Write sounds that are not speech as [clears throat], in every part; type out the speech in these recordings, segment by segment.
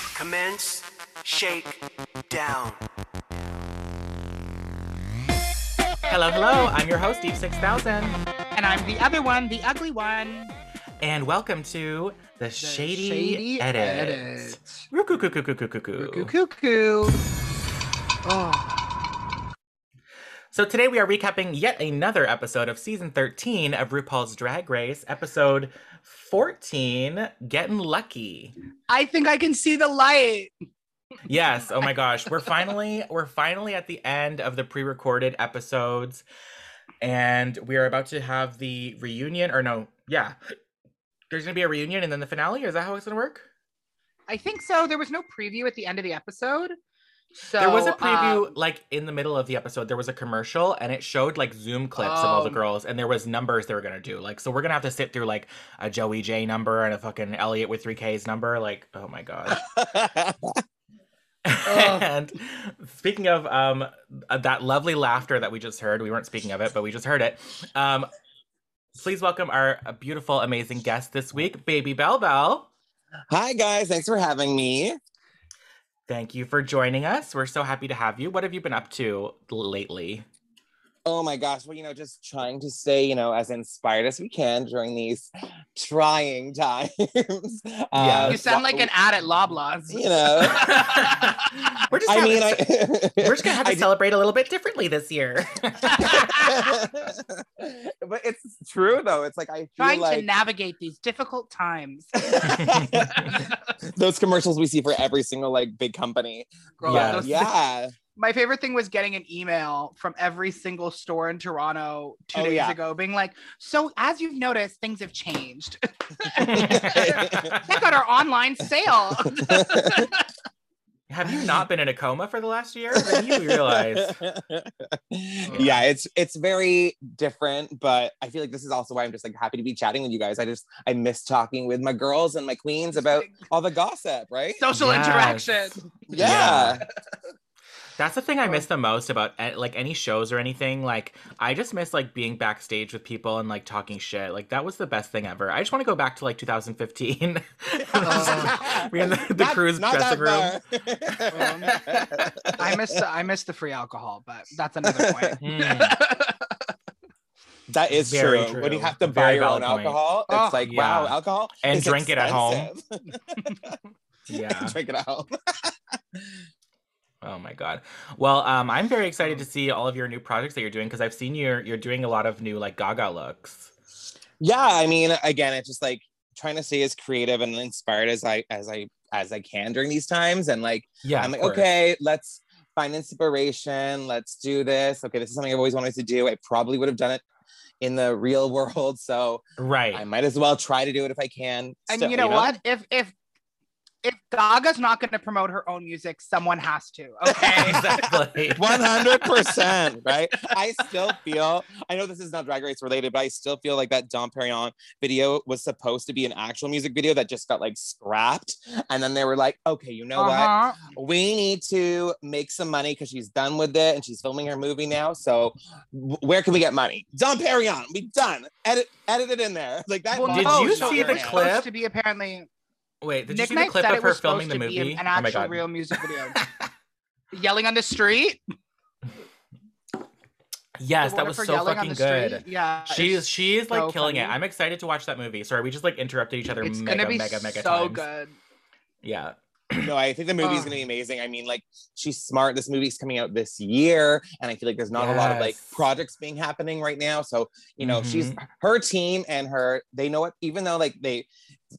Trance Shake Down. Hello, hello. I'm your host, Eve 6000. And I'm the other one, the ugly one. And welcome to the, Shady, Edit. Cuckoo, Edit. cuckoo. Oh, So today we are recapping yet another episode of season 13 of RuPaul's Drag Race, episode 14, Getting Lucky. I think I can see the light. Yes, oh my gosh. We're finally we're finally at the end of the pre-recorded episodes and we are about to have the reunion or no, yeah. There's going to be a reunion and then the finale. Is that how it's going to work? I think so. There was no preview at the end of the episode. So there was a preview um, like in the middle of the episode there was a commercial and it showed like zoom clips of all the Oh. girls and there was numbers they were gonna do like so we're gonna have to sit through like a joey j number and a fucking elliot with three k's number like oh my [laughs] god [laughs] and speaking of um that lovely laughter that we just heard we weren't speaking of it but we just heard it um please welcome our beautiful amazing guest this week baby bell bell Hi guys, thanks for having me. thank you for joining us we're so happy to have you what have you been up to lately Oh my gosh, well, you know, just trying to stay, you know, as inspired as we can during these trying times. [laughs] Uh, Yeah. you sound like an ad at Loblaws. [laughs] you know. [laughs] [laughs] we're just Uh, I having mean, a- I [laughs] We're just gonna [laughs] have to I did- celebrate a little bit differently this year. [laughs] but it's true though. It's like I feel Trying to like navigate these difficult times. [laughs] those commercials we see for every single like big company. Girl, Yeah. those- Yeah. My favorite thing was getting an email from every single store in Toronto two Oh, days yeah. ago, being like, "So as you've noticed, things have changed. Check out our online sale." [laughs] Have you not been in a coma for the last year? Then you [laughs] realize. yeah it's it's very different but i feel like this is also why i'm just like happy to be chatting with you guys i just i miss talking with my girls and my queens about all the gossip right [laughs] Social Yes. interaction. yeah, [laughs] That's the thing I miss the most about eh, like any shows or anything. Like I just miss like being backstage with people and like talking shit. Like that was the best thing ever. I just want to go back to like [laughs] 2015. We're in Uh, the, the Oh. Not- cruise not dressing room. that far. [laughs] I miss the, I miss the free alcohol, but that's [laughs] another point. Mm. that is Very true. when you true. have to Very buy your own valid point. alcohol Oh. it's like wow Yeah. alcohol And is drink it at home. expensive. [laughs] Yeah. drink it at home Oh my god. Well, um, I'm very excited to see all of your new projects that you're doing because I've seen you're you're doing a lot of new like Gaga looks. yeah i mean again it's just like trying to stay as creative and inspired as i as i as i can during these times and like Yeah. I'm of like, course. okay, let's find inspiration. Let's do this. Okay, this is something I've always wanted to do. I probably would have done it in the real world, so Right. I might as well try to do it if I can. And still, you know what? If if if Gaga's not going to promote her own music, someone has [laughs] to. Okay. exactly. [laughs] One hundred percent, right? I still feel. I know this is not Drag Race related, but I still feel like that Dom Perignon video was supposed to be an actual music video that just got like scrapped, and then they were like, "Okay, you know what? Uh-huh. we need to make some money because she's done with it and she's filming her movie now. So w- where can we get money? Don Perignon, we done. Edit, edit it in there. [laughs] Like that. Well, Did no, you no, see it the was clip? supposed To be apparently, Wait, did Nick you see Knight the clip said of it her was filming supposed the to be movie? an oh my actual god. real music [laughs] video. Yelling on the street. the yes, that woman was for so yelling on fucking the good. Street. Yeah. She's she is like so killing it. funny. I'm excited to watch that movie. Sorry, we just like interrupted each other it's mega, gonna be mega, mega so times. [laughs] good. Yeah. No, I think the movie's Uh. Ugh. gonna be amazing. I mean, like she's smart. This movie's coming out this year, and I feel like there's not a lot of like Yes. projects being happening right now. So you know, she's Mhm. her team and her. They know what. Even though like they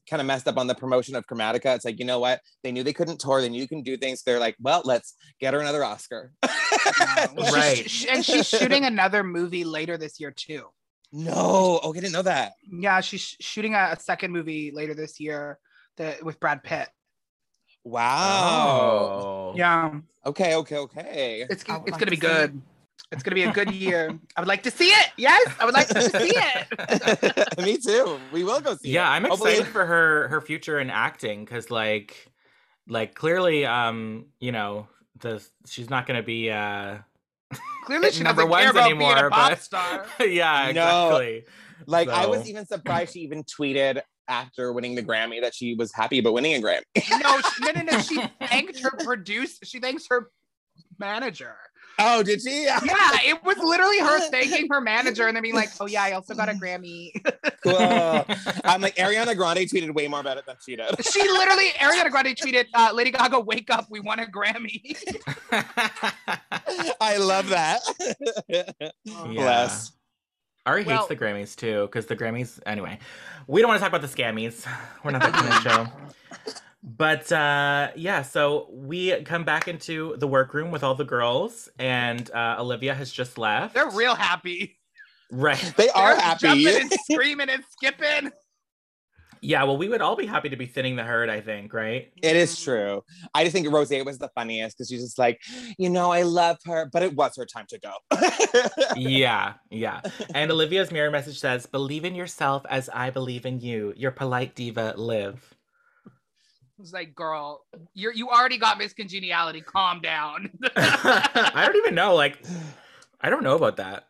kind of messed up on the promotion of Chromatica, it's like you know what? They knew they couldn't tour. They knew you can do things. They're like, well, let's get her another Oscar. Yeah. Well, she's- Right. sh- and she's shooting another movie later this year too. No, oh, I didn't know that. Yeah, she's sh- shooting a, a second movie later this year that with Brad Pitt. Oh. Wow. Oh. Yeah. Okay, [laughs] okay, okay. [laughs] It's, I it's would like gonna to be see good. It's gonna be a good year. I would like to see it. Yes, I would like to see it. Me too. We will go see. Yeah, I'm Hopefully- excited for her her future in acting because like like clearly um you know the she's not gonna be uh [laughs] Clearly, she Number doesn't care ones about being anymore, a pop but- star. yeah No. exactly Like I So- was even surprised she even tweeted actor winning the Grammy that she was happy about winning a Grammy. No, she, no, no, no. She thanked her produce. She thanks her manager. Oh, did she? Yeah, it was literally her thanking her manager and then being like, "Oh yeah, I also got a Grammy." cool. [laughs] I'm like Ariana Grande tweeted way more about it than she did. [laughs] she literally Ariana Grande tweeted, uh, "Lady Gaga, wake up! We won a Grammy." I love that. [laughs] Bless. Ari Well- hates the Grammys too, because the Grammys. Anyway, we don't want to talk about the scammies. [laughs] We're not that kind of show. But uh, yeah, so we come back into the workroom with all the girls, and uh, Olivia has just left. They're real happy. right. They are They're happy. Jumping [laughs] and screaming and skipping. Yeah, well, we would all be happy to be thinning the herd. I think, right? It is true. I just think Rose was the funniest because she's just like, you know, I love her, but it was her time to go. [laughs] yeah, yeah. And Olivia's mirror message says, "Believe in yourself as I believe in you. Your polite diva, live." It's like, girl, you you already got Miss Congeniality. Calm down. [laughs] [laughs] I don't even know. Like, I don't know about that.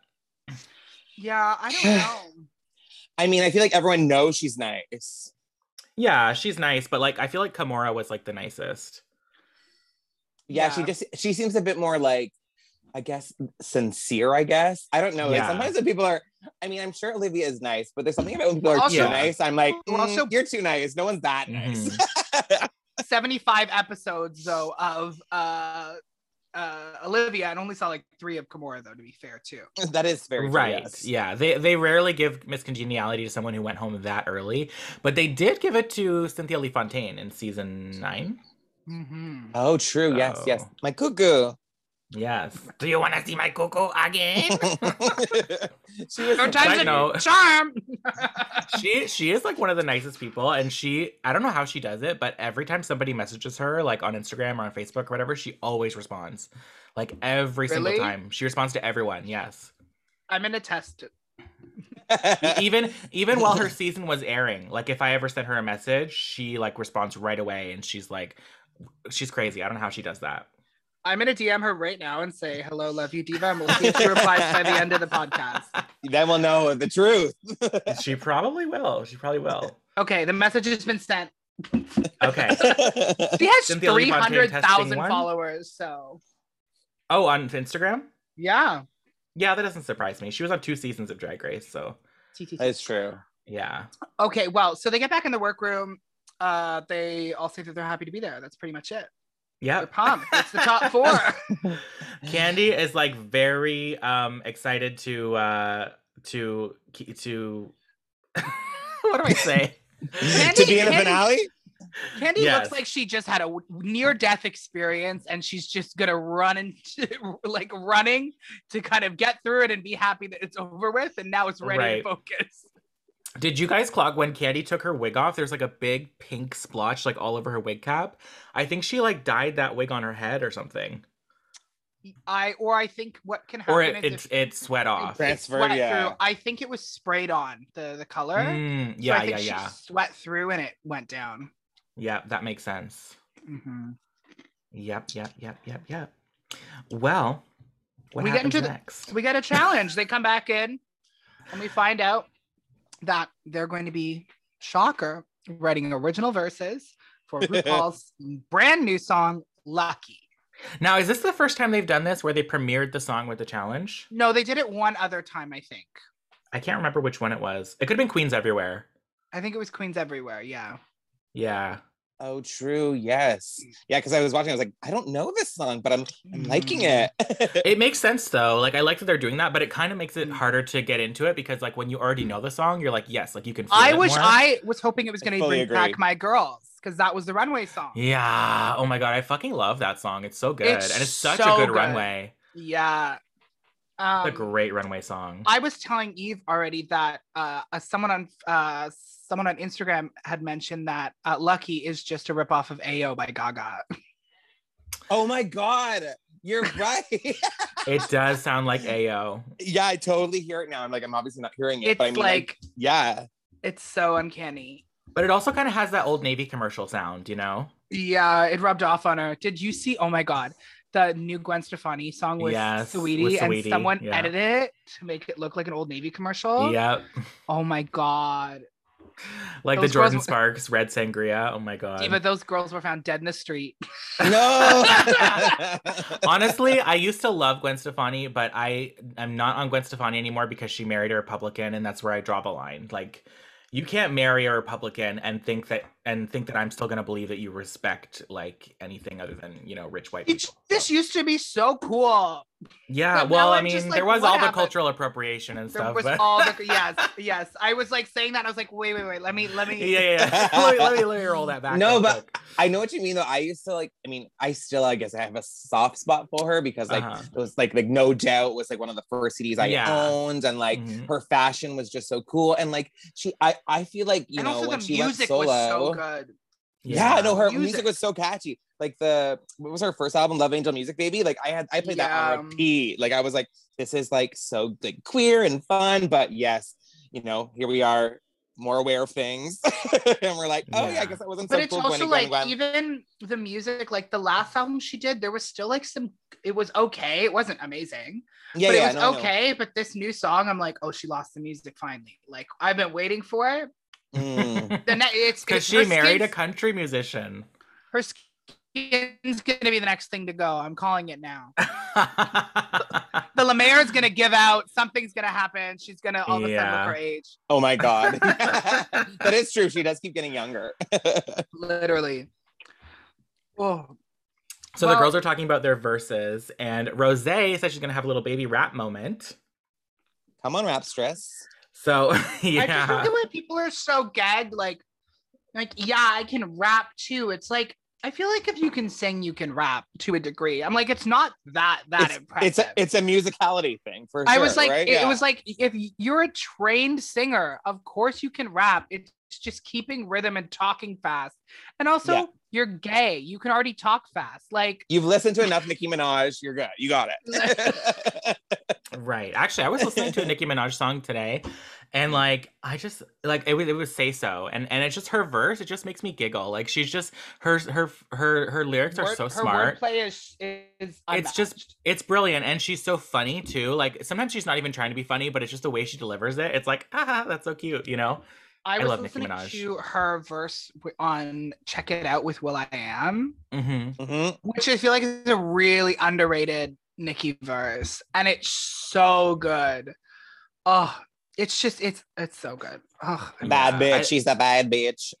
yeah, I don't know. I mean, I feel like everyone knows she's nice. Yeah, she's nice, but like I feel like Kimura was like the nicest. Yeah, she Yeah. just she seems a bit more like, I guess, sincere. I guess I don't know. Like Yeah. sometimes when people are, I mean, I'm sure Olivia is nice, but there's something about when people are Also- too nice. I'm like, Well, also- also you're too nice. No one's that nice. Mhm. 75 episodes though of uh uh Olivia and only saw like three of Kimura though to be fair too. [laughs] that is very true, right. yes. Yeah. They they rarely give Miss Congeniality to someone who went home that early, but they did give it to Cynthia Lee Fontaine in season nine. Mm-hmm. Oh, true. Yes, yes. Oh. My cuckoo. [laughs] Yes. Do you want to see my cuckoo [laughs] again? she was. Sometimes I it- know. Charm. she she is like one of the nicest people, and she I don't know how she does it, but every time somebody messages her, like on Instagram or on Facebook or whatever, she always responds. Like every Really? single time, she responds to everyone. Yes. I'm gonna test it. [laughs] E- even even while her season was airing like if i ever sent her a message she like responds right away and she's like she's crazy i don't know how she does that I'm gonna DM her right now and say hello, love you, Diva, and we'll see if she replies by the end of the podcast. [laughs] then we'll know the truth. [laughs] she probably will she probably will Okay, the message has been sent. okay She has Cynthia Lee Fontaine three hundred thousand testing one? followers, so oh on instagram yeah. yeah that doesn't surprise me she was on two seasons of drag race so That's true. yeah Okay, well, so they get back in the workroom. Uh, they all say that they're happy to be there. That's pretty much it. yeah They're pumped. It's the top [laughs] four. candy is like very um excited to uh to to what do i say to be in a Candy- finale. Candy Yes. looks like she just had a near death experience and she's just gonna run into [laughs] like running to kind of get through it and be happy that it's over with and now it's ready to Right. focus. Did you guys clock when Candy took her wig off? There's like a big pink splotch like all over her wig cap. I think she like dyed that wig on her head or something, I or I think what can happen or it is it, if it sweat off. Right. it Transferred, sweat yeah. through. I think it was sprayed on the the color. Mm, So yeah, I think yeah, she yeah, Sweat through and it went down. yeah. That makes sense. Mhm. Yep, yep, yep, yep, yep. Well, what We get happens into the- next? So we got a challenge. they come back in and we find out that they're going to be shocker writing original verses [laughs] for RuPaul's brand new song Lucky. Now, is this the first time they've done this where they premiered the song with the challenge? No, they did it one other time, I think. I can't remember which one it was. It could have been Queens Everywhere. I think it was Queens Everywhere. Yeah. Yeah. Oh, true. Yes. Yeah, because I was watching. I was like, I don't know this song, but I'm I'm Hmm. liking it. Mm-hmm. [laughs] It makes sense though. Like I like that they're doing that, but it kind of makes Mm. it harder to get into it because like when you already know the song, you're like, yes, like you can. Feel I it wish more. I was hoping it was I going to fully bring agree. back my girls because that was the runway song. Yeah. Oh my god, I fucking love that song. It's so good, It's and it's such so a good, good. runway. Yeah. It's Um, a great runway song. I was telling Eve already that uh, uh, someone on uh, someone on Instagram had mentioned that uh, Lucky is just a ripoff of AO by Gaga. Oh my god, you're right. [laughs] it does sound [laughs] like Ao. yeah, I totally hear it now. I'm like, I'm obviously not hearing it, It's but I mean, like, like [laughs] yeah, it's so uncanny. But it also kind of has that old Navy commercial sound, you know? Yeah, it rubbed off on her. Did you see? Oh my god, the new Gwen Stefani song was Yes, with Sweetie, and Saweetie, someone yeah. Oh. edited it to make it look like an old Navy commercial. Yep. Oh my god. Like the Those girls Jordan were- Sparks Red Sangria. Oh my god. Diva, those girls were found dead in the street. No. [laughs] Honestly, I used to love Gwen Stefani, but I am not on Gwen Stefani anymore because she married a Republican, and that's where I draw the line. Like, you can't marry a Republican and think that and think that I'm still gonna believe that you respect like anything other than you know rich white It's, people. this used to be so cool. yeah, but now well, I I'm mean, just there like, was what all the happened? cultural appropriation and There stuff. was but... [laughs] all the yes, yes. I was like saying that. and I was like, wait, wait, wait. Let me, let me. yeah, yeah. yeah. [laughs] let, me, let me let me roll that back. No, real but quick. I know what you mean though. I used to like, I mean, I still, I guess I have a soft spot for her because like Uh-huh. it was like like no doubt was like one of the first CDs I Yeah. owned and like Mm-hmm. Mhm. her fashion was just so cool. And like she I I feel like you and know also, when the she went music solo. was so good. yeah. no, her music. Music. was so catchy. Like the what was her first album, Love Angel Music Baby? Like I had I played that Yeah. on repeat. Like I was like, this is like so like queer and fun, but yes, you know, here we are more aware of things. [laughs] and we're like, oh yeah, Yeah. I guess I wasn't so But it's cool also Gwenny, like Gwen, Gwen. even the music, like the last album she did, there was still like some. It was okay. It wasn't amazing, yeah, but yeah, it was no, no. okay. But this new song, I'm like, oh, she lost the music finally. Like I've been waiting for it. Mm. The [laughs] ne- it's because it's- she her married a skin's- country musician. [laughs] her skin's gonna be the next thing to go. I'm calling it now. the Lemaire is gonna give out. Something's gonna happen. She's gonna all of a sudden Yeah. look her age. Oh [laughs] my god. [laughs] that is true. She does keep getting younger. Literally. Oh, So the Well- girls are talking about their verses, and Rose says she's gonna have a little baby rap moment. Come on, rap stress. So [laughs] I just yeah, think the way people are so gagged. Like, like yeah, I can rap too. It's like I feel like if you can sing, you can rap to a degree. I'm like, it's not that that it's, impressive. it's a it's a musicality thing for I sure. was like, right? it, Yeah. it was like if you're a trained singer, of course you can rap. It's just keeping rhythm and talking fast. And also, Yeah. you're gay. You can already talk fast. Like You've listened to enough Nicki Minaj. You're good. You got [laughs] it. [laughs] right. Actually, I was listening to a Nicki Minaj song today, and like I just like it was it was say so, and and it's just her verse. It just makes me giggle. Like she's just her her her her lyrics are word- so her smart. wordplay is is It's just- unmatched. It's brilliant, and she's so funny too. Like sometimes she's not even trying to be funny, but it's just the way she delivers it. It's like ah, that's so cute, you know. I, was love Nicki listening Minaj. to her verse w- on "Check It Out" with Will I Am, [laughs] Mm-hmm. [laughs] Mhm. which I feel like is a really underrated Nicki verse, and it's so good. Oh, it's just it's it's so good. Oh, Yeah, Bad bitch. I- She's a [laughs] bad bitch.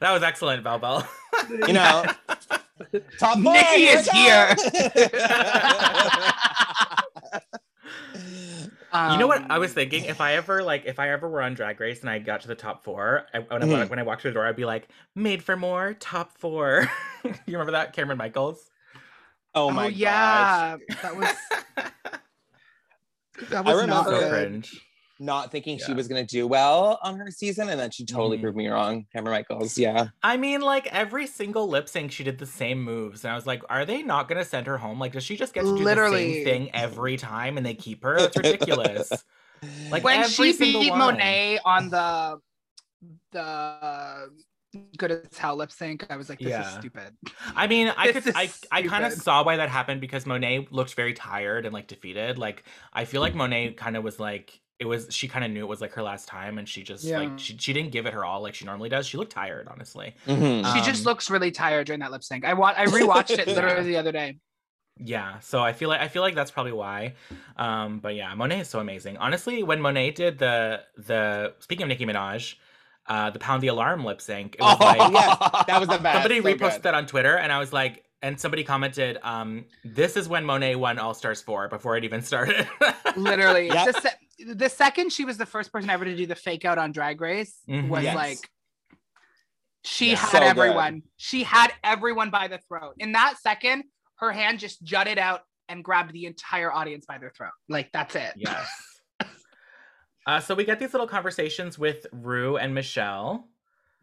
that was excellent, Bell Bell. [laughs] You know. Top boy, Nicki is here. you know what I Um, was thinking? If I ever like, if I ever were on Drag Race and I got to the top four, I, when, I, Mhm. when I walked through the door, I'd be like, "Made for more, top four. [laughs] you remember that, Cameron Michaels? [laughs] oh my god. yeah, [laughs] that was that was not remember- so good. cringe. Not thinking she Yeah. was gonna do well on her season, and then she totally Mhm. proved me wrong. Cameron Michaels. Yeah. I mean, like every single lip sync, she did the same moves, and I was like, "Are they not gonna send her home? Like, does she just get to do the Literally. same thing every time, and they keep her? It's ridiculous." Like when every she single beat one. Monet on the the good as hell lip sync, I was like, this Yeah. is stupid. I mean, I This could, I, is I kind of stupid. saw why that happened because Monet looked very tired and like defeated. Like, I feel like Monet kind of was like, it was, she kind of knew it was like her last time and she just, Yeah. like, she, she didn't give it her all like she normally does. She looked tired, honestly. Mhm. she just Um, looks really tired during that lip sync. I wa- I [laughs] rewatched it literally Yeah. the other day. Yeah. So I feel like, I feel like that's probably why. Um, but yeah, Monet is so amazing. Honestly, when Monet did the, the, speaking of Nicki Minaj, uh, the Pound the Alarm lip sync, it was like, [laughs] Oh, [laughs] yes, that was the best. somebody So reposted good. that on Twitter, and I was like, and somebody commented, um, "This is when Monet won All Stars four before it even started." [laughs] Literally, Yep. the, se- the second she was the first person ever to do the fake out on Drag Race Mhm. was Mm-hmm. Yes. like. She Yeah. had So good. everyone. She had everyone by the throat. In that second, her hand just jutted out and grabbed the entire audience by their throat. Like that's it. yes. Uh, so we get these little conversations with Rue and Michelle.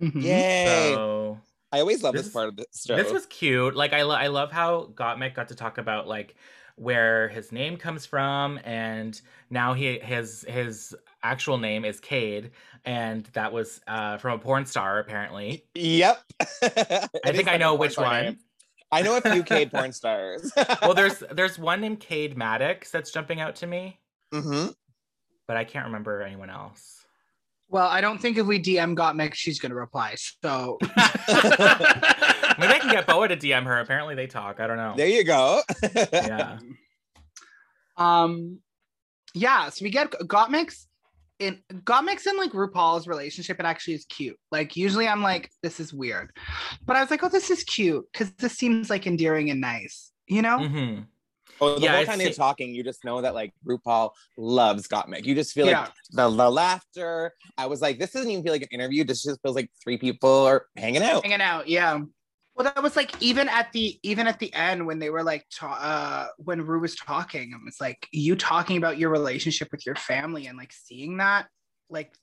Mhm. Yay. Mm-hmm. So I always love This this, is- part of the show. This was cute. Like I, lo- I love how Gottmik got to talk about like where his name comes from, and now he his his actual name is Cade, and that was uh, from a porn star apparently. Yep. [laughs] "Oh, I think I know which one. I know a few [laughs] Cade porn stars. [laughs] [laughs] well, there's there's one named Cade Maddox that's jumping out to me, hmm but I can't remember anyone else. Well, I don't think if we DM Gottmik, she's gonna reply. So Maybe I can get Boa to DM her. Apparently they talk. I don't know. There you go. [laughs] yeah. um yeah, so we get Gottmik's in Gottmik's in like RuPaul's relationship, it actually is cute. Like usually I'm like, this is weird. But I was like, oh, this is cute, because this seems like endearing and nice, you Mm-hmm. know? hmm Oh, the Yeah, whole I've time seen- they're talking, you just know that like RuPaul loves Gottmik. You just feel Yeah. like the, the laughter. I was like, this doesn't even feel like an interview. This just feels like three people are hanging out. hanging out yeah well that was like even at the even at the end when they were like ta- uh when rue was talking it was like you talking about your relationship with your family and like seeing that like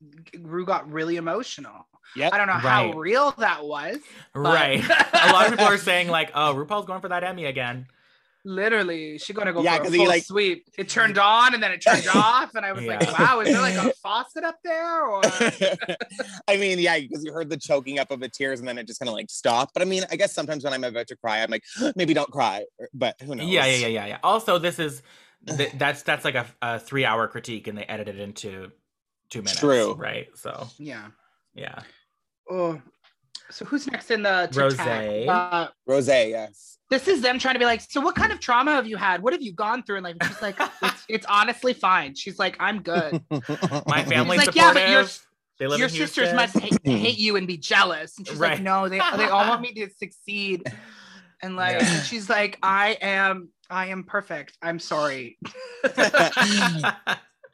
rue got really emotional Yep. i don't know how Right. real that was but- [laughs] Right. a lot of people are saying like, "Oh, RuPaul's going for that Emmy again." literally she gonna go Yeah, for a 'cause he, full like- sweep it turned on and then it [laughs] turned off and i was like Yeah. wow is there like a faucet up there [laughs] or [laughs] I mean, yeah, because you heard the choking up of the tears and then it just kind of like stopped. But I mean, I guess sometimes when I'm about to cry, I'm like, [gasps] maybe don't cry. But who knows? Yeah, yeah, yeah, yeah, yeah. Also, this is th- that's that's like a, a three-hour critique, and they edit it into two minutes. True. Right. So yeah yeah. oh so who's next in the tic-tac? Rosé. uh Rose, yes. this is them trying to be like, so what kind of trauma have you had? What have you gone through? And like, she's [laughs] like, it's, it's honestly fine. She's like, I'm good. [laughs] My [laughs] family's like, "Yeah, supportive. but your- they live Your in sisters Houston." must hate, Mm. hate you and be jealous. And she's like, Right. no, they they all want me [laughs] to succeed. And like, Yeah. she's like, I am, I am perfect. I'm sorry. [laughs] [laughs]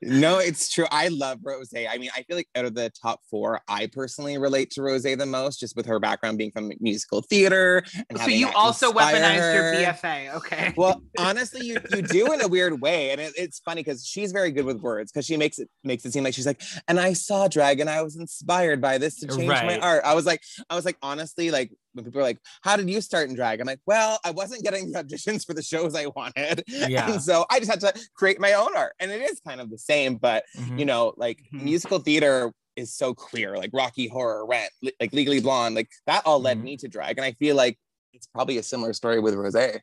No, it's true. I love Rose. I mean, I feel like out of the top four, I personally relate to Rose the most, just with her background being from musical theater. So And having you that also inspire weaponized your her. BFA, okay? [laughs] Well, honestly, you, you do in a weird way, and it, it's funny because she's very good with words because she makes it makes it seem like she's like, and I saw drag and I was inspired by this to change my Right. art. I was like, I was like, honestly, like when people are like, how did you start in drag? I'm like, well, I wasn't getting the auditions for the shows I wanted, [laughs] Yeah. and so I just had to create my own art, and it is kind of the same, but Mhm. you know, like Mhm. musical theater is so queer, like Rocky Horror, Rent, li- like Legally Blonde, like that all led Mhm. me to drag. And I feel like it's probably a similar story with Rose. [laughs]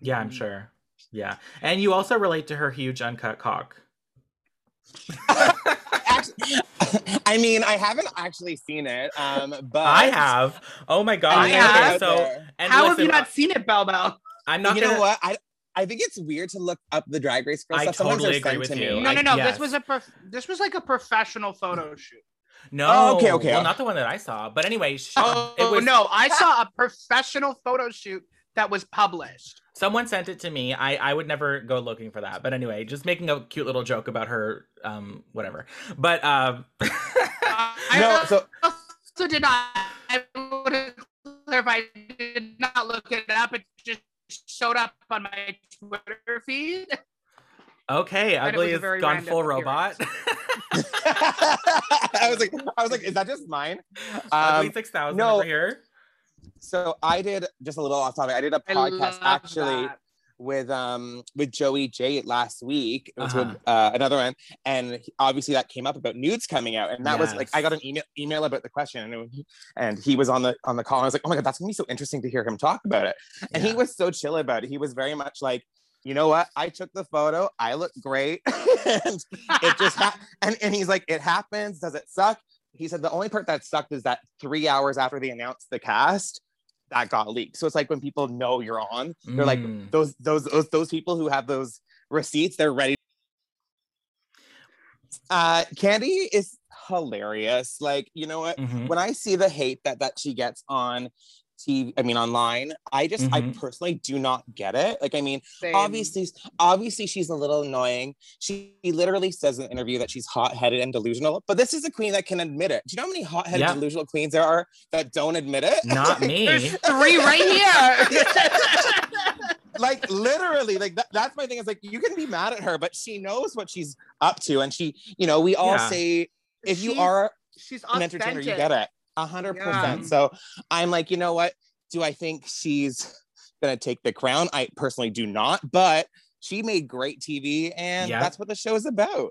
Yeah, I'm sure. Yeah, and you also relate to her huge uncut cock. Actually, I mean, I haven't actually seen it, um, but I have. Oh my god. I Okay, have. So and How have listen, uh, you not seen it, Bell Bell? I'm not you gonna. know what? I I think it's weird to look up the Drag Race girl I stuff. Sometimes totally they're agree with sent to you. me. No, no, no. I- This was a prof- this was like a professional photo shoot. No. Oh, okay, okay. Well, not the one that I saw, but anyway, sh- Oh it was no, I saw a professional photo shoot that was published. Someone sent it to me. I I would never go looking for that. But anyway, just making a cute little joke about her um whatever. But um I [laughs] no, so [laughs] also did not. I would have clarified. I did not look it up. It just showed up on my Twitter feed. [laughs] okay, And it ugly was a has very gone random full appearance. robot. I was like, I was like, is that just mine? [laughs] ugly Um, 6000 no. over here. so I did just a little off topic. I did a I podcast love actually. that. with um with Joey J last week. It was Uh-huh. with uh, another one, and he- obviously that came up about nudes coming out, and that was like Yes. I got an email email about the question, and, it was- and he was on the on the call. And I was like, oh my god, that's gonna be so interesting to hear him talk about it. And he Yeah. was so chill about it. He was very much like. You know what? I took the photo. I look great, [laughs] and it just [laughs] ha- and and he's like, it happens. Does it suck? He said the only part that sucked is that three hours after they announced the cast, that got leaked. So it's like when people know you're on, they're like, Mm. those those those those people who have those receipts they're ready uh candy is hilarious like you know what Mhm. when i see the hate that that she gets on tv i mean online i just i Mhm. personally do not get it like i mean Same. obviously obviously she's a little annoying she literally says in an interview that she's hot-headed and delusional but this is a queen that can admit it do you know how many hot-headed Yeah. delusional queens there are that don't admit it [laughs] Not me. There's three right here. like literally like that, that's my thing is like you can be mad at her but she knows what she's up to and she you know we all Yeah. say if you She's- are she's an authentic. entertainer you get it a hundred Yeah. percent so i'm like you know what do i think she's gonna take the crown i personally do not but she made great tv and Yeah. that's what the show is about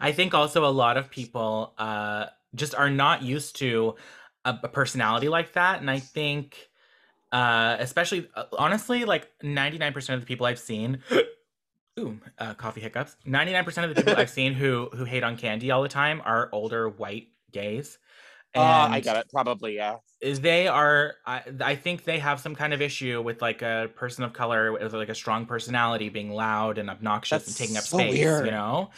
I think also a lot of people uh, just are not used to a, a personality like that, and I think, uh, especially uh, honestly, like ninety nine percent of the people I've seen [gasps] ooh, uh, coffee hiccups. Ninety nine percent of the people I've seen who who hate on candy all the time are older white gays. Oh, I got it. Probably, yeah. is they are I, I think they have some kind of issue with like a person of color with like a strong personality being loud and obnoxious and That's taking up so space weird. you know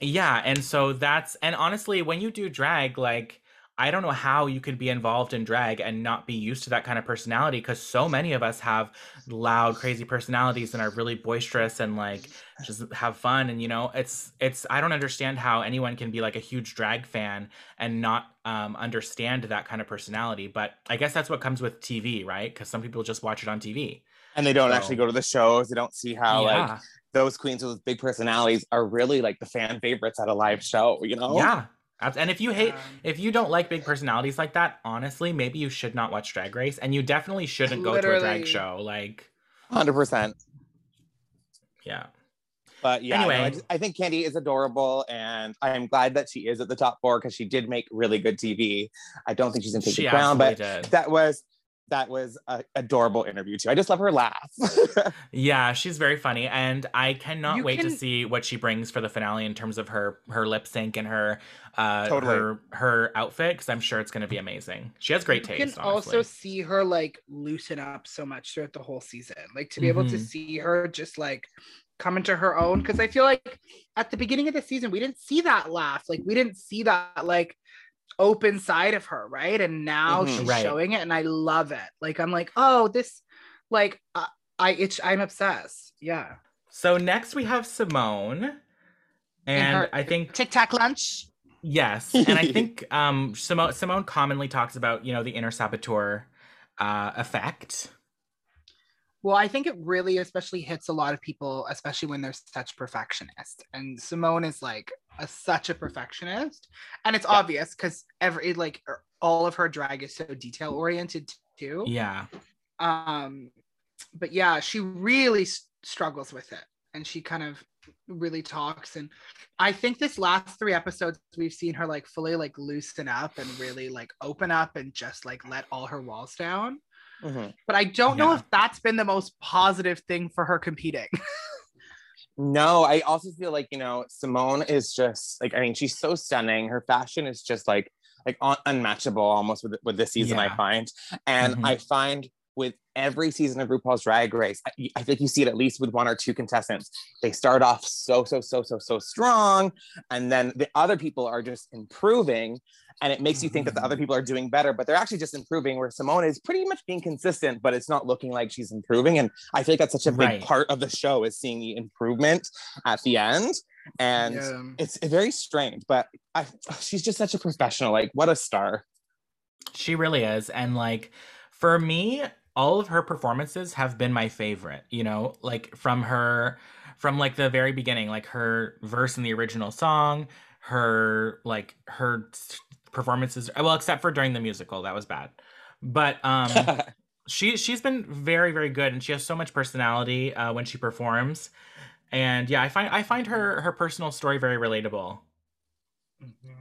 yeah and so that's and honestly when you do drag like i don't know how you can be involved in drag and not be used to that kind of personality because so many of us have loud crazy personalities and are really boisterous and like just have fun and you know it's it's i don't understand how anyone can be like a huge drag fan and not um, understand that kind of personality. But I guess that's what comes with TV, right? Because some people just watch it on TV. And they don't So- actually go to the shows. They don't see how like yeah, those queens with big personalities are really like the fan favorites at a live show, you know? yeah. Abs- And if you hate, Yeah. if you don't like big personalities like that, honestly, maybe you should not watch Drag Race, and you definitely shouldn't go to a Literally. drag show. Like, 100%. yeah, But yeah, no, I, Anyway. just- I think Candy is adorable, and I am glad that she is at the top four because she did make really good TV. I don't think she's in Take the she Crown, absolutely but did. that was that was a adorable interview too. I just love her laugh. [laughs] Yeah, she's very funny, and I cannot You wait to can- see what she brings for the finale in terms of her her lip sync and her uh Totally. her her outfit because I'm sure it's going to be amazing. She has great you taste. can honestly. also see her like loosen up so much throughout the whole season like to be able to Mhm. see her just like come into her own because i feel like at the beginning of the season we didn't see that laugh like we didn't see that like open side of her right and now Mhm. she's Right. showing it and i love it like i'm like oh this like i, I it's i'm obsessed yeah So next we have Simone. And And her- I think tic tac lunch yes, and I think um, Simone Simone commonly talks about you know the inner saboteur uh, effect. Well, I think it really especially hits a lot of people, especially when they're such perfectionists. And Simone is like a, such a perfectionist. And it's obvious because every like er- all of her drag is so detail oriented too. Yeah, Um, but yeah, she really s- struggles with it and she kind of really talks. And I think this last three episodes, we've seen her like fully like loosen up and really like open up and just like let all her walls down Mhm. but I don't know Yeah. if that's been the most positive thing for her competing. No, I also feel like you know Simone is just like I mean she's so stunning. Her fashion is just like like un- unmatchable almost with with this season I Yeah. find, and Mhm. I find with every season of RuPaul's Drag Race, I, I think you see it at least with one or two contestants. They start off so so so so so strong, and then the other people are just improving, and it makes you think that the other people are doing better, but they're actually just improving. Where Simone is pretty much being consistent, but it's not looking like she's improving, and I feel like that's such a big Right. part of the show is seeing the improvement at the end. [laughs] And it's very strange, but I, she's just such a professional. Like, what a star. she really is. And like for me, all of her performances have been my favorite. You know, like from her from like the very beginning, like her verse in the original song, her like her s- performances. Well, except for during the musical, that was bad. But [laughs] um. she she's been very very good and she has so much personality uh, when she performs and yeah i find i find her her personal story very relatable Mm-hmm.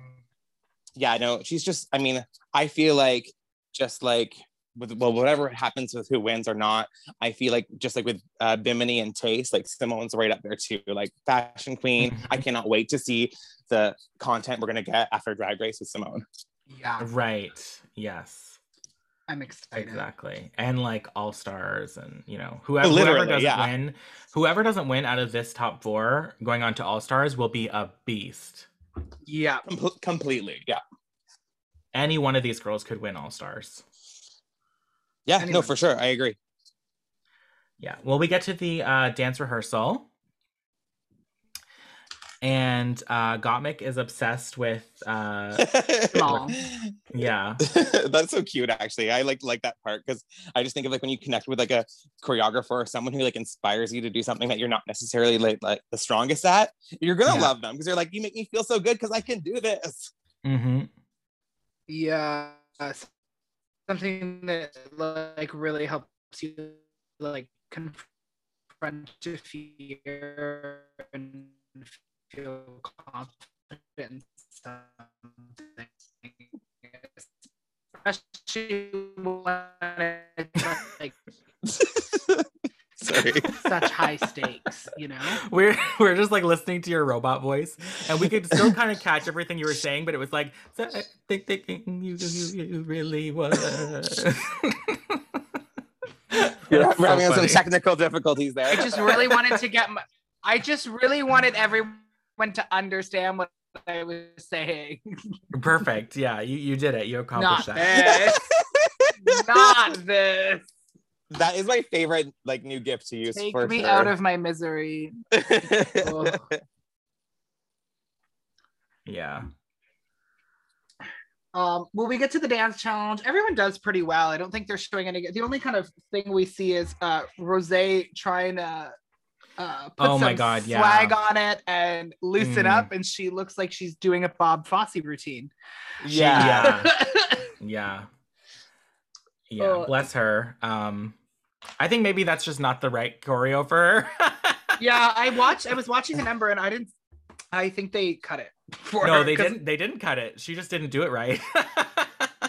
yeah, no, she's just, I mean, I feel like just like with well, whatever happens with who wins or not, I feel like just like with uh, Bimini and Taste, like Simone's right up there too. Like fashion queen, I cannot wait to see the content we're gonna get after Drag Race with Simone. yeah, right yes I'm excited. exactly and like all stars and you know whoever, whoever Oh, Literally, doesn't yeah. win whoever doesn't win out of this top four going on to all stars will be a beast Yeah, Com- completely, yeah, any one of these girls could win all stars yeah, no, Anyone. for sure, I agree. Yeah. Well, we get to the uh, dance rehearsal. And uh, Gottmik is obsessed with, [laughs] uh, Small. yeah, That's so cute, actually. I like like that part because I just think of like when you connect with like a choreographer or someone who like inspires you to do something that you're not necessarily like, like the strongest at. You're gonna Yeah. love them because they're like, you make me feel so good because I can do this. [laughs] hmm yeah, something that like really helps you like confront your fear and feel confident in something, especially when it's like So [laughs] Sorry. such high stakes, you know? [laughs] We're we're just like listening to your robot voice, and we could still [laughs] kind of catch everything you were saying, but it was like "So I think thinking you you, you really [laughs] was. We're That's we're so having some funny. technical difficulties there. I just really wanted to get my, I just really wanted everyone to understand what I was saying. Perfect. Yeah, you, you did it. You Not accomplished that. this. Not this. [laughs] that is my favorite like new gift to use Take for me sure. out [laughs] of my misery. Ugh. Yeah. Um, well, we get to the dance challenge. Everyone does pretty well. I don't think they're showing any. The only kind of thing we see is uh, Rose trying to uh, put Oh my some God, yeah. swag on it and loosen Mm. up, and she looks like she's doing a Bob Fosse routine. yeah. Yeah. Yeah. Yeah. Uh, Bless her. Um, I think maybe that's just not the right choreo for her. [laughs] yeah, I watched. I was watching the number, and I didn't. I think they cut it. For no, her they 'cause- didn't. They didn't cut it. She just didn't do it right. [laughs] Oh,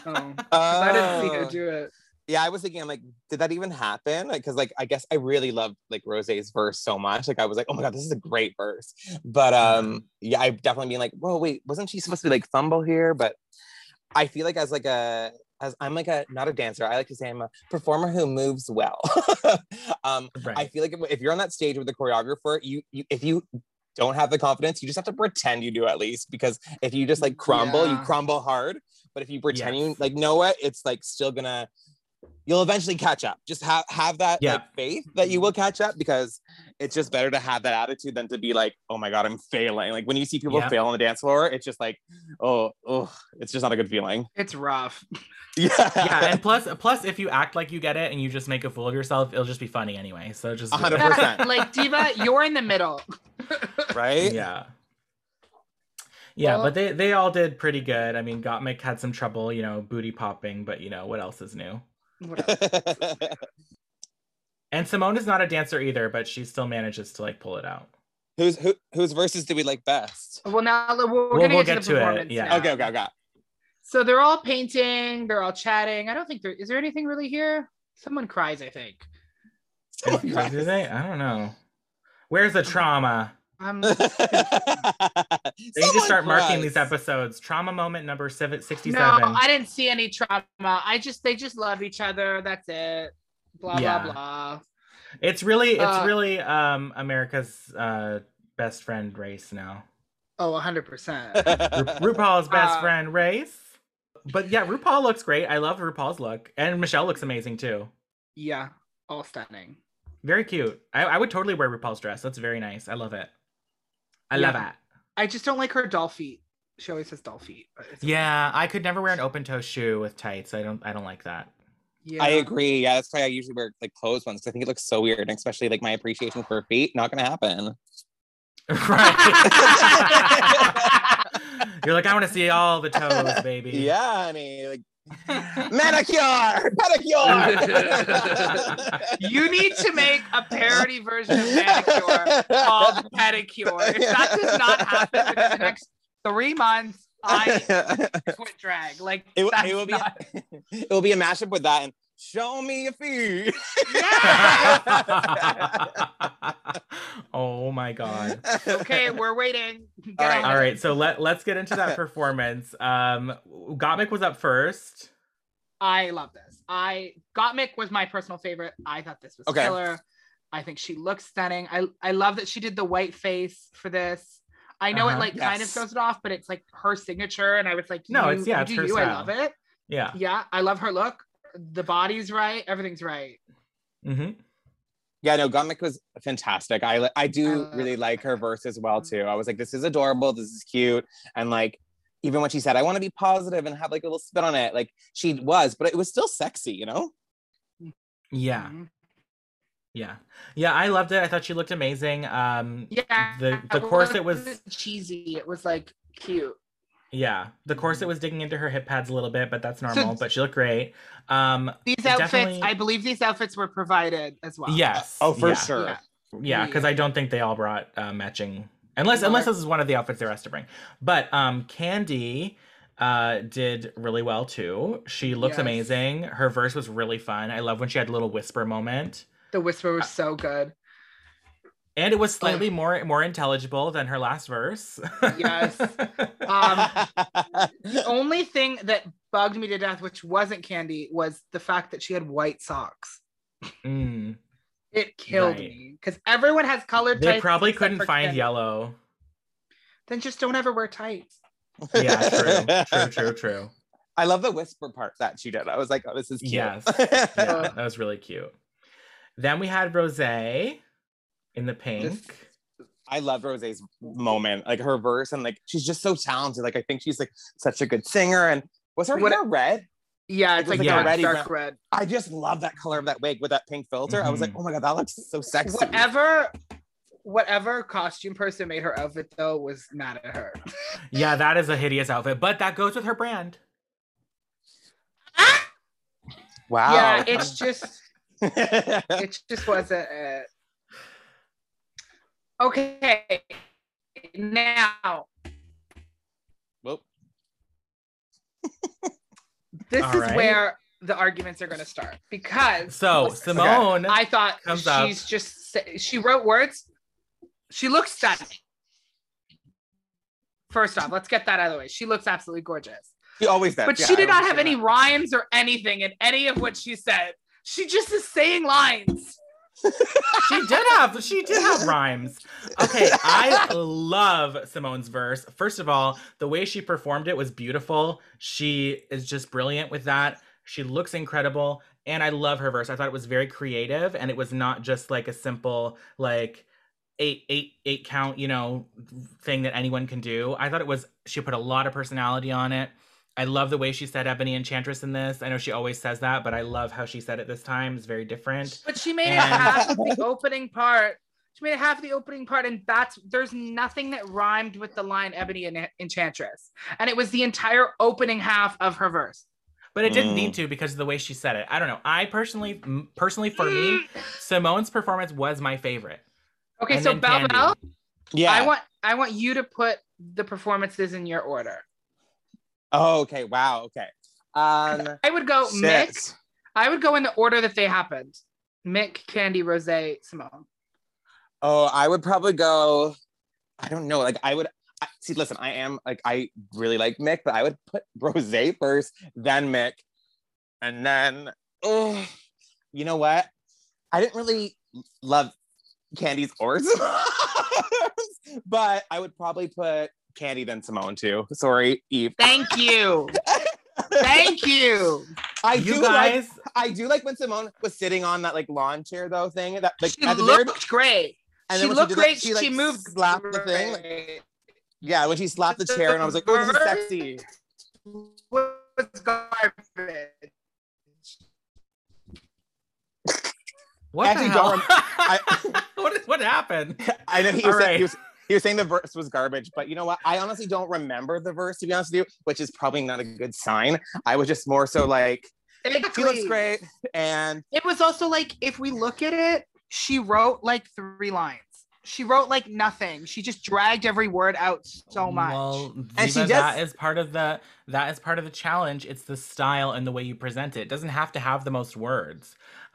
'cause [laughs] Oh. I didn't see her do it. yeah, I was thinking, I'm like, did that even happen? Like, cause like I guess I really loved like Rose's verse so much. Like I was like, oh my god, this is a great verse. But um, yeah, I've definitely been like, whoa, wait, wasn't she supposed to be like fumble here? But I feel like as like a as I'm like a not a dancer, I like to say I'm a performer who moves well. [laughs] um, right. I feel like if- if you're on that stage with a choreographer, you, you if you don't have the confidence, you just have to pretend you do at least. Because if you just like crumble, you Yeah. crumble hard. But if you pretend you Yes. like know it, it's like still gonna you'll eventually catch up. Just have have that Yeah. like faith that you will catch up because it's just better to have that attitude than to be like, oh my god, I'm failing. Like when you see people Yeah. fail on the dance floor, it's just like, oh, oh, it's just not a good feeling. [laughs] It's rough. Yeah. yeah, [laughs] and plus, plus, if you act like you get it and you just make a fool of yourself, it'll just be funny anyway. So just do it. 100%. Yeah, [laughs] like Diva, you're in the middle. [laughs] right? yeah yeah Well- but they they all did pretty good i mean gottmik had some trouble you know booty popping but you know what else is new Whatever. and simone is not a dancer either but she still manages to like pull it out [laughs] who's who whose verses do we like best? Well, now we're, we're We'll- gonna we'll get, get to to the it, performance. yeah. now. Okay, okay, okay. So they're all painting. They're all chatting. I don't think there is there anything really here. Someone cries. I think. Oh Is- my do [laughs] [laughs] they? i don't know where's the trauma [laughs] Um, God. they need to Someone start marking cries. these episodes trauma moment number seven, no, 67 I didn't see any trauma. I just they just love each other. That's it. Blah Yeah. blah blah. it's really it's Uh, really um america's uh best friend race now Oh, 100 percent. Ru- [laughs] [laughs] RuPaul's best Uh, friend race. But yeah, RuPaul looks great. I love RuPaul's look, and Michelle looks amazing too. Yeah, all stunning. Very cute. I, I would totally wear RuPaul's dress. That's very nice. I love it. I love Yeah. it. I just don't like her doll feet. She always has doll feet. but it's- Yeah, I could never wear an open toe shoe with tights. I don't. I don't like that. [laughs] yeah. I agree. Yeah, that's why I usually wear like closed ones. 'cause I think it looks so weird, and especially like my appreciation for feet. Not gonna happen. Right. You're like, I want to see all the toes, baby. Yeah, I mean, like [laughs] manicure, [laughs] pedicure. You need to make a parody version of manicure called [laughs] pedicure. If that does not happen within the next three months, [laughs] I quit drag. Like It, will- that's it will be [laughs] not- it will be a mashup with that and show me your feet. Yeah! [laughs] oh my god. okay, we're waiting. Get All on right. All it. right, so let let's get into that performance. Um, Gottmik was up first. I love this. I Gottmik was my personal favorite. I thought this was Okay. killer. I think she looks stunning. I I love that she did the white face for this. I know Uh-huh. it like kind of Yes. throws it off, but it's like her signature, and I was like, No, you- it's- yeah, you it's do her you. I style. love it. Yeah. Yeah, I love her look. The body's right. Everything's right. hmm Yeah, no, Gomick was fantastic. I li- I I do love Mm-hmm. really like her Gottmik. verse as well too. I was like, this is adorable, this is cute, and like even when she said, I want to be positive and have like a little spit on it, like she was, but it was still sexy, you know. Yeah. Mhm. Yeah. Yeah. I loved it. I thought she looked amazing. Um, Yeah. The the it corset was wasn't cheesy. It was like cute. yeah. The corset was digging into her hip pads a little bit, but that's normal. [laughs] but she looked great. Um. These outfits, Definitely- I believe these outfits were provided as well. Yes. Oh, for yeah. sure. Yeah. Yeah, because I don't think they all brought uh, matching, unless unless Right. this is one of the outfits they're asked to bring. But um, Candy uh, did really well too. She looks Yes. amazing. Her verse was really fun. I love when she had a little whisper moment. The whisper was so [laughs] good. And it was slightly more more intelligible than her last verse. Yes. Um, the only thing that bugged me to death, which wasn't candy, was the fact that she had white socks. [laughs] Mm. It killed Right. me because everyone has colored They tights probably except couldn't for find Candy. yellow. Then just don't ever wear tights. Yeah, true, true, true, true. [laughs] I love the whisper part that she did. I was like, oh, this is cute. [laughs] Yes. Yeah, that was really cute. Then we had Rose in the pink. I love Rose's moment, like her verse, and like she's just so talented. Like I think she's like such a good singer. And was her What- hair red? Yeah, It it's like was like a dark, ready dark red. I just love that color of that wig with that pink filter. I was like, Mhm. oh my god, that looks so sexy. Whatever, whatever costume person made her outfit though was mad at her. Yeah, that is a hideous outfit, but that goes with her brand. Wow. Yeah, it's just it's it just wasn't. It. Okay, now this All is right. where the arguments are going to start because So Okay. Simone, I thought Comes she's up. just sa- she wrote words. She looks stunning. First off, let's get that out of the way. She looks absolutely gorgeous. she always does. But yeah, she did I not always have say any rhymes or anything in any of what she said. She just is saying lines. she did have she did have rhymes. Okay, I love Simone's verse. First of all, the way she performed it was beautiful. She is just brilliant with that. She looks incredible, and I love her verse. I thought it was very creative, and it was not just like a simple like eight eight eight count you know thing that anyone can do. I thought it was she put a lot of personality on it. I love the way she said Ebony Enchantress in this. I know she always says that, but I love how she said it this time. It's very different. But she made it And- half of the opening part. She made it half the opening part, and that's there's nothing that rhymed with the line Ebony and Enchantress. And it was the entire opening half of her verse. but it didn't Mm. need to because of the way she said it. I don't know. I personally, m- personally for me, [gasps] Simone's performance was my favorite. Okay, And so then Bell Candy. Bell, Yeah. I want I want you to put the performances in your order. oh, okay. Wow. Okay. Um I would go Mick. shit. I would go in the order that they happened. Mick, Candy, Rose, Simone. Oh, I would probably go. I don't know. Like I would I, see. Listen, I am like I really like Mick, but I would put [laughs] Rose first, then Mick, and then oh, you know what? I didn't really love Candy's or [laughs] Simone's, but I would probably put Candy then Simone too. Sorry, Eve. Thank you. Thank you. [laughs] I you do like. guys, I do like when Simone was sitting on that like lawn chair though thing. That like she at the very- looked great. and she then when looked did that, great. She, like, moved slapped the thing. like, great. Yeah, when she slapped the chair, and I was like, "Oh, this is sexy." was garbage. what actually the hell? don't- I- [laughs] [laughs] what, what happened? I know he All was, saying, right. he, was, he was saying the verse was garbage, but you know what? I honestly don't remember the verse to be honest with you, which is probably not a good sign. I was just more so like, "She Exactly. looks great," and It was also like if we look at it, she wrote like three lines. She wrote like nothing. She just dragged every word out so much. Well, Ziva, And she that does- is part of the that is part of the challenge. It's the style and the way you present it. It doesn't have to have the most words.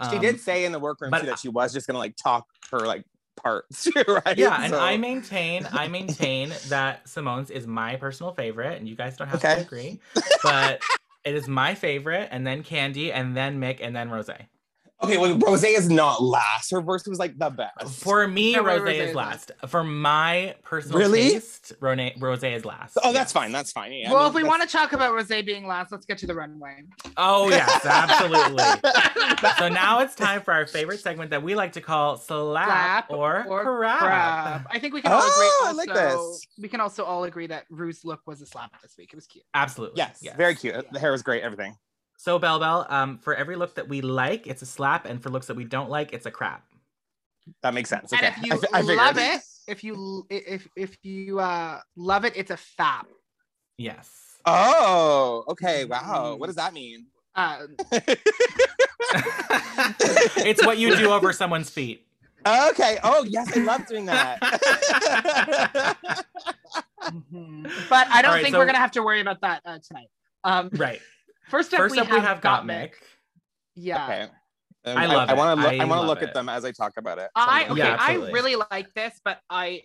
she Um, did say in the workroom but too that she was just gonna like talk her like parts, [laughs] right? Yeah, and So- I maintain, I maintain [laughs] that Simone's is my personal favorite, and you guys don't have to Okay. agree, but it is my favorite, and then Candy, and then Mick, and then Rose. okay, well, Rose is not last. Her verse was like the best. For me, No, Rose, Rosé is is last. For my personal Really? taste, Rone- Rose is last. oh, Yes. that's fine. That's fine. Yeah, I well, mean, if we that's- [laughs] want to talk about Rose being last, let's get to the runway. Oh [laughs] yes, [laughs] absolutely. so now it's time for our favorite segment that we like to call slap, Slap or, or crap. Crap. I think we can all Ah. Oh, I agree. like Also, this. We can also all agree that Rue's look was a slap this week. It was cute. Absolutely. Yes, very cute. The hair was great. Everything. So Bell Bell, um, for every look that we like, it's a slap, and for looks that we don't like, it's a crap. That makes sense. And Okay. if you I fi- I love figured. it, if you if if you uh, love it, it's a fab. [laughs] Yes. Oh, okay. Wow. Mm. What does that mean? Uh, it's what you do over someone's feet. Okay. Oh, yes, I love [laughs] doing that. [laughs] But I don't All right, think so- we're gonna have to worry about that uh, tonight. Um, [laughs] Right. first up, First we up, have we have Gottmik. Yeah. okay. And I love I it. want to look. I I want to love look it. at them as I talk about it. I Sometime. okay, Yeah, I absolutely. really like this, but I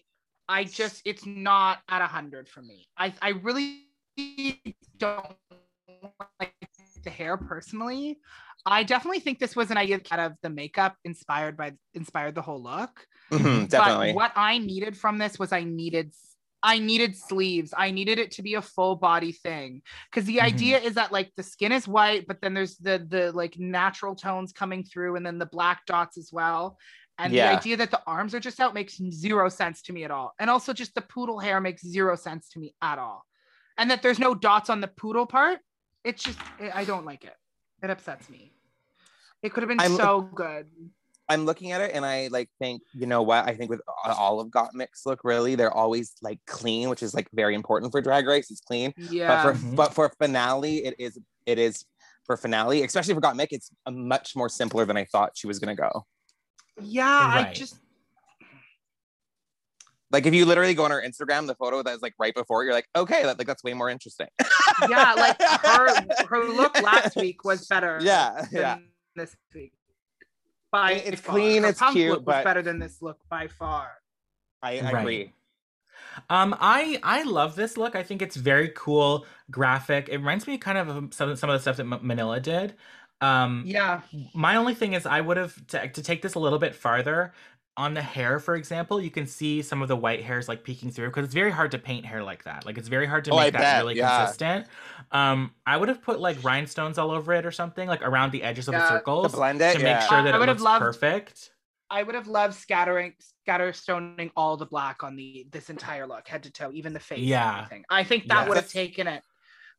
I just it's not at a hundred for me. I I really don't like the hair personally. I definitely think this was an idea out of the makeup inspired by inspired the whole look. Mhm, definitely. But what I needed from this was I needed I needed sleeves. I needed it to be a full body thing because the Mm-hmm. Mhm. idea is that like the skin is white, but then there's the the like natural tones coming through, and then the black dots as well. And Yeah. the idea that the arms are just out makes zero sense to me at all. And also just the poodle hair makes zero sense to me at all. And that there's no dots on the poodle part, it's just I- I don't like it. It upsets me. It could have been I'm- so good. I'm looking at it and I like think, you know what? I think with a- Olive Got Mix look, really, they're always like clean, which is like very important for Drag Race. It's clean, Yeah. but for Mhm. but for finale, it is it is for finale, especially for Got Mick. It's a much more simpler than I thought she was gonna go. yeah, I Right. just Like if you literally go on her Instagram, the photo that was like right before, you're like, okay, that, like that's way more interesting. yeah, like her [laughs] her look last week was better. Yeah, than yeah. This week, by I mean, it's far. clean, Her it's punk cute, look was but- better than this look by far. I, I Right. agree. Um, I I love this look. I think it's very cool, graphic. It reminds me kind of of some some of the stuff that Ma- Manila did. Um, Yeah, my only thing is I would have to, to take this a little bit farther on the hair, for example. You can see some of the white hairs like peeking through because it's very hard to paint hair like that. Like it's very hard to Oh, I make that bet, really yeah. consistent. Um, I would have put like rhinestones all over it or something, like around the edges of Yeah, the to To circles to blend it, make yeah. sure that I it would have looks loved- perfect. I would have loved scattering scatterstoning all the black on the this entire look, head to toe, even the face. and Yeah. everything. I think that Yeah. would have taken it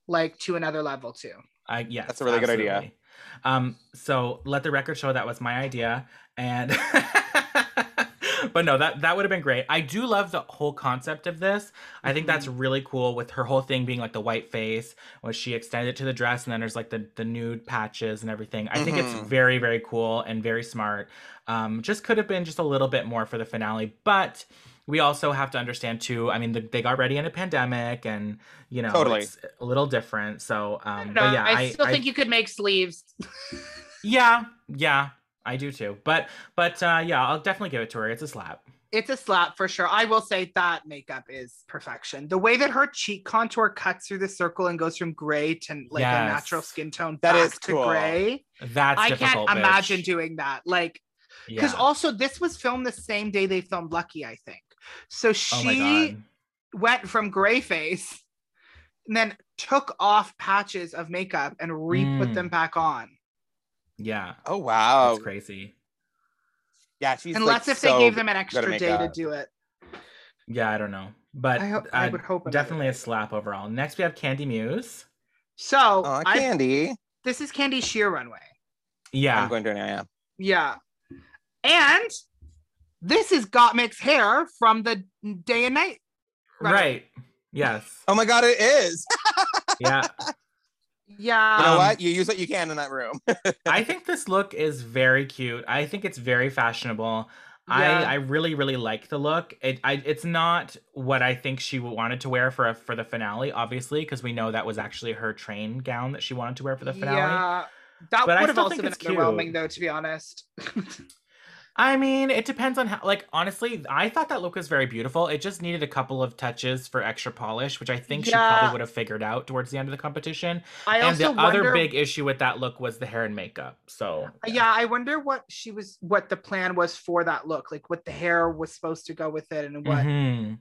like to another level too. I yeah, That's a really good idea. Um, so let the record show that was my idea, and [laughs] but no, that that would have been great. I do love the whole concept of this. I think that's Mm-hmm. really cool with her whole thing being like the white face when she extended it to the dress, and then there's like the the nude patches and everything. I think it's Mhm. very very cool and very smart. Um, just could have been just a little bit more for the finale, but. We also have to understand too. I mean, the, they got ready in a pandemic, and you know, Totally. it's a little different. So, I um, don't but know, yeah, I, still think you could make sleeves. yeah, yeah, I do too. But but uh yeah, I'll definitely give it to her. It's a slap. It's a slap for sure. I will say that makeup is perfection. The way that her cheek contour cuts through the circle and goes from gray to like a Yes. natural skin tone That back is to cool. gray. That's I difficult, can't imagine bitch. doing that. Like, yeah. because also this was filmed the same day they filmed Lucky, I think. oh So my she god. went from gray face and then took off patches of makeup and re put Mm. them back on. Yeah. Oh wow. That's crazy. Yeah, she's Unless like, if they so gave them an good at extra day to makeup. do it. Yeah, I don't know. But I, I, hope I would hope. another definitely a day. slap overall. Next we have Candy Muse. So Aw, I- candy. this is Candy Sheer Runway. I'm Yeah. going to an yeah. Yeah. And this is Gottmik's hair from the day and night. Right. Right. Yes. Oh my god, it is. [laughs] Yeah. Yeah. You know Um, what? You use what you can in that room. I think this look is very cute. I think it's very fashionable. I, Yeah. I really really like the look. It I, it's not what I think she wanted to wear for a, for the finale, obviously, because we know that was actually her train gown that she wanted to wear for the finale. Yeah. That But I would have still also think been it's overwhelming, cute. though, to be honest. I mean, it depends on how. Like honestly, I thought that look was very beautiful. It just needed a couple of touches for extra polish, which I think she Yeah. probably would have figured out towards the end of the competition. I and the also other wonder. Uh, big issue with that look was the hair and makeup. So yeah, I wonder what she was, what the plan was for that look, like what the hair was supposed to go with it, and what. [laughs] Mhm.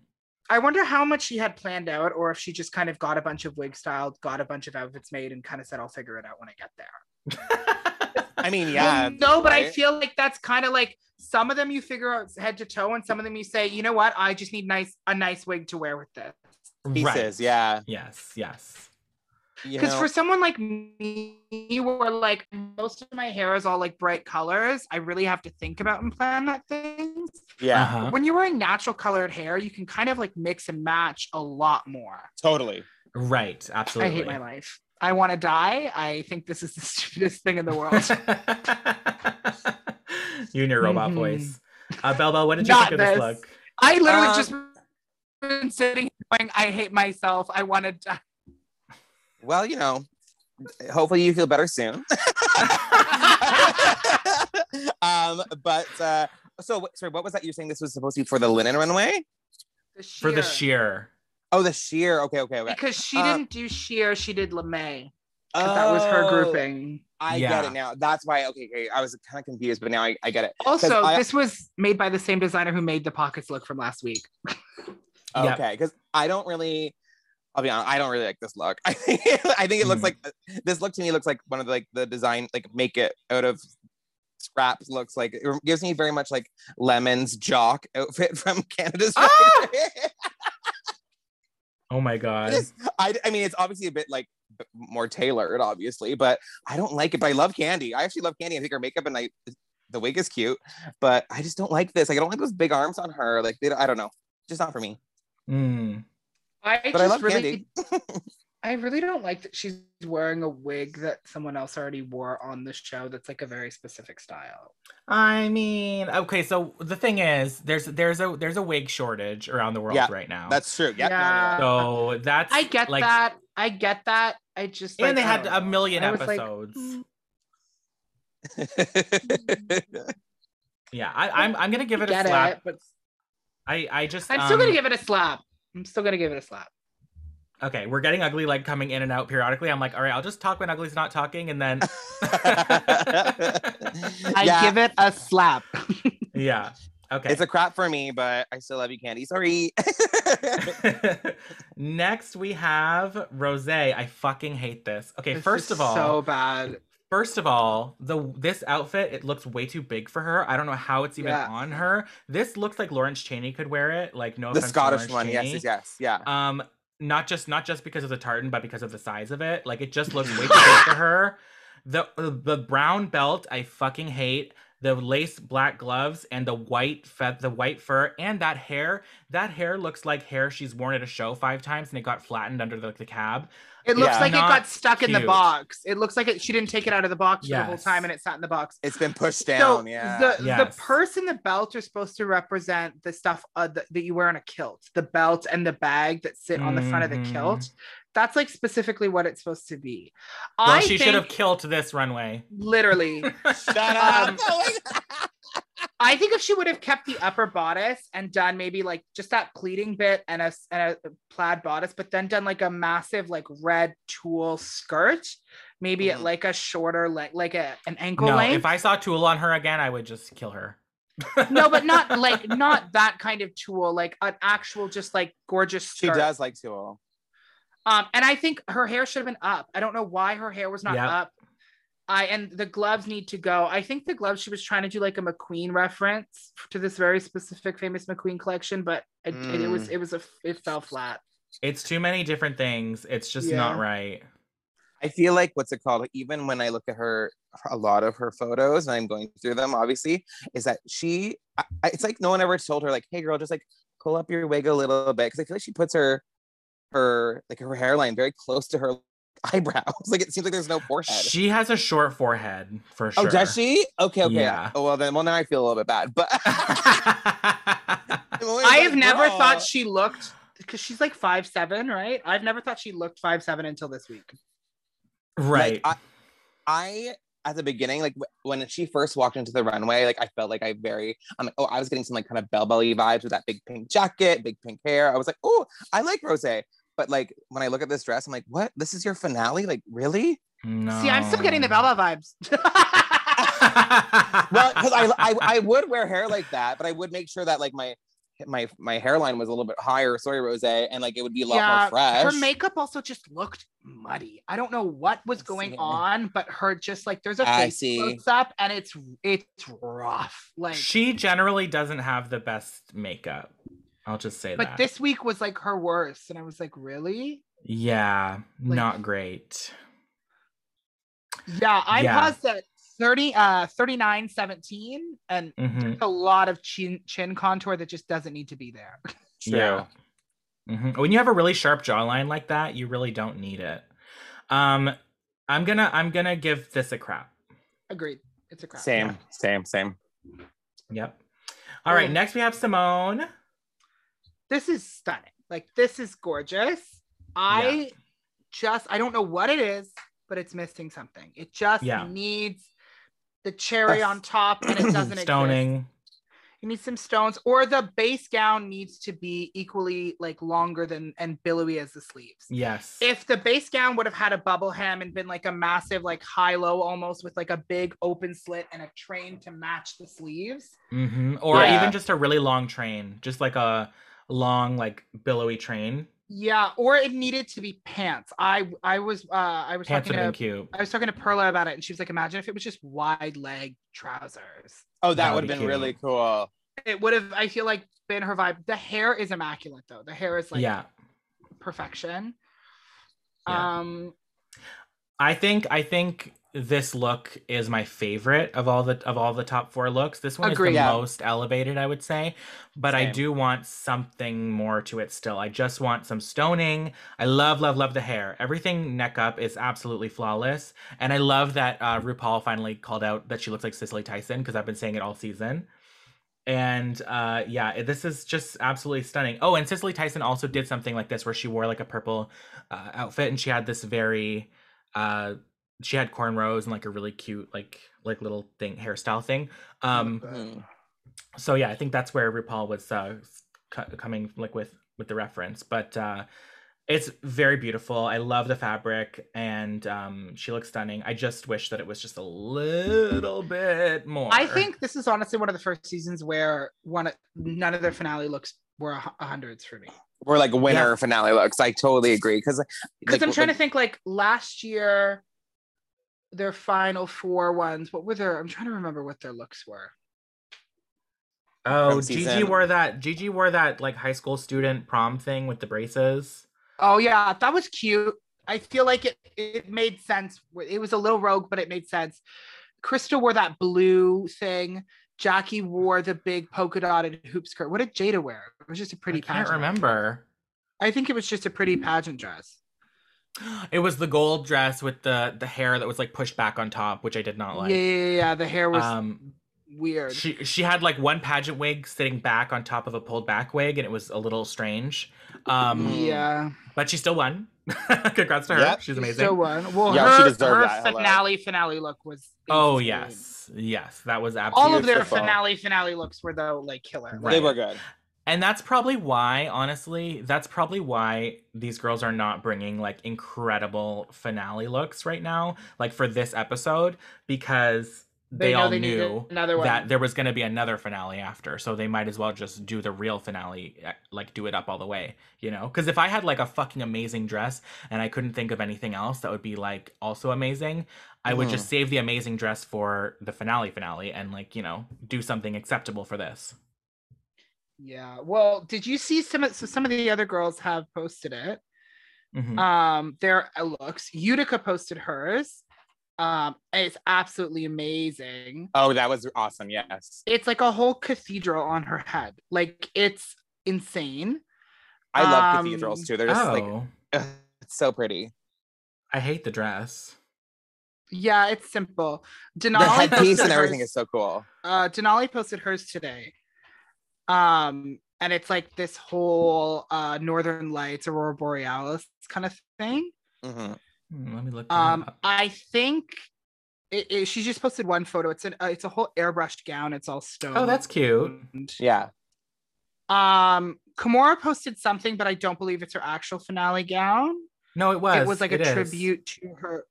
I wonder how much she had planned out, or if she just kind of got a bunch of wig styled, got a bunch of outfits made, and kind of said, "I'll figure it out when I get there." [laughs] I mean, yeah. Well, no, but I right? feel like that's kind of like some of them you figure out head to toe, and some of them you say, you know what, I just need nice a nice wig to wear with this. pieces. Yeah. Yes. Yes. You Because know, for someone like me, where like most of my hair is all like bright colors, I really have to think about and plan that things. yeah, Uh-huh. When you're wearing natural colored hair, you can kind of like mix and match a lot more. totally. Right. Absolutely. I hate my life. I want to die. I think this is the [laughs] stupidest thing in the world. [laughs] you and your robot Mhm. voice. Uh, Bell Bell, what did you Not think of this this. look? I literally [laughs] Um, just been sitting here going, I hate myself. I want to die. Well, you know, hopefully you feel better soon. [laughs] Um, but uh, so sorry, what was that? You're saying this was supposed to be for the linen runway? The sheer. for the sheer. Oh, the sheer. Okay, okay, okay. Because she Uh, didn't do sheer, she did LeMay. 'cause That was her Oh, grouping. I Yeah. get it now. That's why. Okay, okay. I was kind of confused, but now I, I get it. Also, I- this was made by the same designer who made the pockets look from last week. Yep. Okay, because I don't really. I'll be honest. I don't really like this look. [laughs] I think I think it looks Mm. like uh, this look to me looks like one of the, like the design like make it out of scrap looks like it gives me very much like Lemon's jock outfit [laughs] from Canada's. Drag Ah! Race. Oh my god. It is- I, I mean, it's obviously a bit like b- more tailored, obviously, but I don't like it. But I love Candy. I actually love Candy. I think her makeup and I, the wig is cute, but I just don't like this. Like, I don't like those big arms on her. Like, they don't, I don't know, just not for me. Mm. I But I love Candy. I really don't like that she's wearing a wig that someone else already wore on the show that's like a very specific style. I mean, okay, so the thing is, there's there's a there's a wig shortage around the world Yeah, right now. That's true. Yeah. no, no, no. Yeah. so that's I get like, that. I get that. I just And like, they I had don't a know. million I was like, episodes. mm, [laughs] yeah, I, I'm I'm gonna give it a get slap. it, but I I just I'm still um, gonna give it a slap. I'm still gonna give it a slap. okay, we're getting ugly like coming in and out periodically. I'm like, all right, I'll just talk when ugly's not talking, and then [laughs] Yeah, it a slap. yeah, okay. It's a crap for me, but I still love you, Candy. [laughs] Sorry. [laughs] Next we have Rose. I fucking hate this. Okay, This first is of all, so bad. First of all, the this outfit it looks way too big for her. I don't know how it's even Yeah. on her. This looks like Lawrence Cheney could wear it. Like no the offense, to Scottish Lawrence one. Yes, Chaney. yes, yes. Yeah. Um, not just not just because of the tartan, but because of the size of it. Like it just looks [laughs] way too big for her. The uh, the brown belt I fucking hate. The lace black gloves and the white fe- the white fur and that hair. That hair looks like hair she's worn at a show five times and it got flattened under the, the cab. It looks Yeah. like it Not got stuck in the cute. box. It looks like it, she didn't take it out of the box for the whole Yes. time and it sat in the box. It's been pushed down. so yeah. the, Yes. the purse and the belt are supposed to represent the stuff uh, th- that you wear on a kilt, the belt and the bag that sit on the front of the Mhm. kilt. That's like specifically what it's supposed to be. Well, I she should have think- killed this runway. literally. [laughs] Shut um, up. [laughs] Oh my God. I think if she would have kept the upper bodice and done maybe like just that pleating bit and a and a plaid bodice, but then done like a massive like red tulle skirt, maybe at Mhm. like a shorter like like a an ankle Mm-hmm. no, length. if I saw Tool on her again, I would just kill her. no, but not like not that kind of tulle, like an actual just like gorgeous She skirt. does like Tool. Um, and I think her hair should have been up. I don't know why her hair was not Yep. up. I and the gloves need to go. I think the gloves she was trying to do like a McQueen reference to this very specific famous McQueen collection, but it, it, it was it was a it fell flat. [laughs] It's too many different things. It's just not Yeah. right. I feel like what's it called? Even when I look at her, a lot of her photos, and I'm going through them, obviously, is that she, I, I- it's like no one ever told her, like, hey, girl, just like pull up your wig a little bit. Cause I feel like she puts her, her, like her hairline very close to her [laughs] eyebrows. like it seems like there's no forehead. She has a short forehead for sure. Oh, does she? Okay, okay. Yeah. Oh, well, then, well, now I feel a little bit bad. [laughs] But [laughs] I I have never thought She- she looked because she's like five seven, right? I've never thought she looked five seven until this week. [laughs] right. I- I at the beginning, like wh- when she first walked into the runway, like I felt like I very, I'm like, oh, I was getting some like kind of bell belly vibes with that big pink jacket, big pink hair. I was like, oh, I like Rose. But like when I look at this dress, I'm like, what? This is your finale? Like really? no. See, I'm still getting the Bella vibes. [laughs] Well, because I, I I would wear hair like that, but I would make sure that like my my my hairline was a little bit higher. Sorry, Rose, and like it would be a lot more fresh. Her makeup also just looked muddy. I don't know what was I going see. on, but her just like there's a I face see. close up and it's it's rough. [laughs] Like she generally doesn't have the best makeup. I'll just say but that. this week was like her worst. And I was like, really? yeah, like- not great. Yeah, I Yeah. paused at 30 uh 39 17 and Mhm. a lot of chin chin contour that just doesn't need to be there. [laughs] True. Mhm. When you have a really sharp jawline like that, you really don't need it. Um, I'm gonna I'm gonna give this a crap. Agreed. It's a crap. Same, same, same. Yep. All right. Cool. Next we have Simone. This is stunning. Like this is gorgeous. I just I don't know what it is, but it's missing something. It just Yeah. needs the cherry Uh, on top [clears throat] and it doesn't exist. Stoning. You need some stones, or the base gown needs to be equally like longer than and billowy as the sleeves. Yes. If the base gown would have had a bubble hem and been like a massive, like high low almost with like a big open slit and a train to match the sleeves, hmm Or Yeah. even just a really long train, just like a long, like billowy train. yeah, or it needed to be pants. I I was uh I was Pants would talking have to been cute. I was talking to Perla about it, and she was like, "Imagine if it was just wide leg trousers. Oh, that, That would would have be been cute. really cool. It would have. I feel like been her vibe. The hair is immaculate, though. The hair is like yeah. perfection. Yeah. Um, I think I think this look is my favorite of all the of all the top four looks. This one Agree. is the Yeah. most elevated, I would say. But I Same. do want something more to it still. I just want some stoning. I love, love, love the hair. Everything neck up is absolutely flawless. And I love that uh, RuPaul finally called out that she looks like Cicely Tyson because I've been saying it all season. And uh, yeah, it- this is just absolutely stunning. Oh, and Cicely Tyson also did something like this where she wore like a purple uh, outfit and she had this very uh she had cornrows and like a really cute like like little thing hairstyle thing um Mhm. so yeah i think that's where rupaul was uh c- coming like with with the reference but uh it's very beautiful i love the fabric and um she looks stunning i just wish that it was just a little bit more I think this is honestly one of the first seasons where one of- none of their finale looks were a hu- hundreds for me. We're like winner Yeah. finale looks. I totally agree because Because I'm trying to think, like last year, their final four ones. What were their? I'm trying to remember what their looks were. oh From gigi season- wore that gigi wore that like high school student prom thing with the braces Oh yeah, that was cute. I feel like it it made sense. It was a little rogue, but it made sense. Crystal wore that blue thing. Jackie wore the big polka dotted hoop skirt. What did Jada wear? It was just a i pretty can't pageant. remember I think it was just a pretty pageant dress. [gasps] It was the gold dress with the the hair that was like pushed back on top, which I did not like. yeah, yeah, yeah, yeah. The hair was um, weird. she she had like one pageant wig sitting back on top of a pulled back wig, and it was a little strange. Mm. Um, yeah, but she still won. [laughs] Congrats to her. Yep. She's she amazing. still won. Well, Yeah, she her, deserved her that. Hello. finale finale look was. oh insane. yes, yes, that was absolutely. all of their Beautiful. finale finale looks were though like killer. They Right. were good. And that's probably why, honestly, that's probably why these girls are not bringing like incredible finale looks right now, like for this episode, because They they, know all they needed knew another one. that there was going to be another finale after. So they might as well just do the real finale, eh, like do it up all the way, you know? Because if I had like a fucking amazing dress and I couldn't think of anything else that would be like also amazing, I would Mhm. Mm-hmm. just save the amazing dress for the finale finale and like, you know, do something acceptable for this. Yeah. Well, did you see some of so some of the other girls have posted it? Mm. Mhm. Um, their uh, looks. Utica posted hers. Um, and it's absolutely amazing. Oh, that was awesome. Yes. It's like a whole cathedral on her head. Like it's insane. I love Um, cathedrals too. They're just oh. like it's so pretty. I hate the dress. Yeah, it's simple. Denali The headpiece posted and everything hers- is so cool. uh Denali posted hers today. Um, and it's like this whole uh Northern Lights, Aurora Borealis kind of thing. hmm Hmm, Let me look. that Um, up. I think it, it- she just posted one photo. It's an uh, it's a whole airbrushed gown. It's all stone. Oh, that's cute. Yeah. Um, Kimura posted something, but I don't believe it's her actual finale gown. No, it was. it was like a is. tribute to her.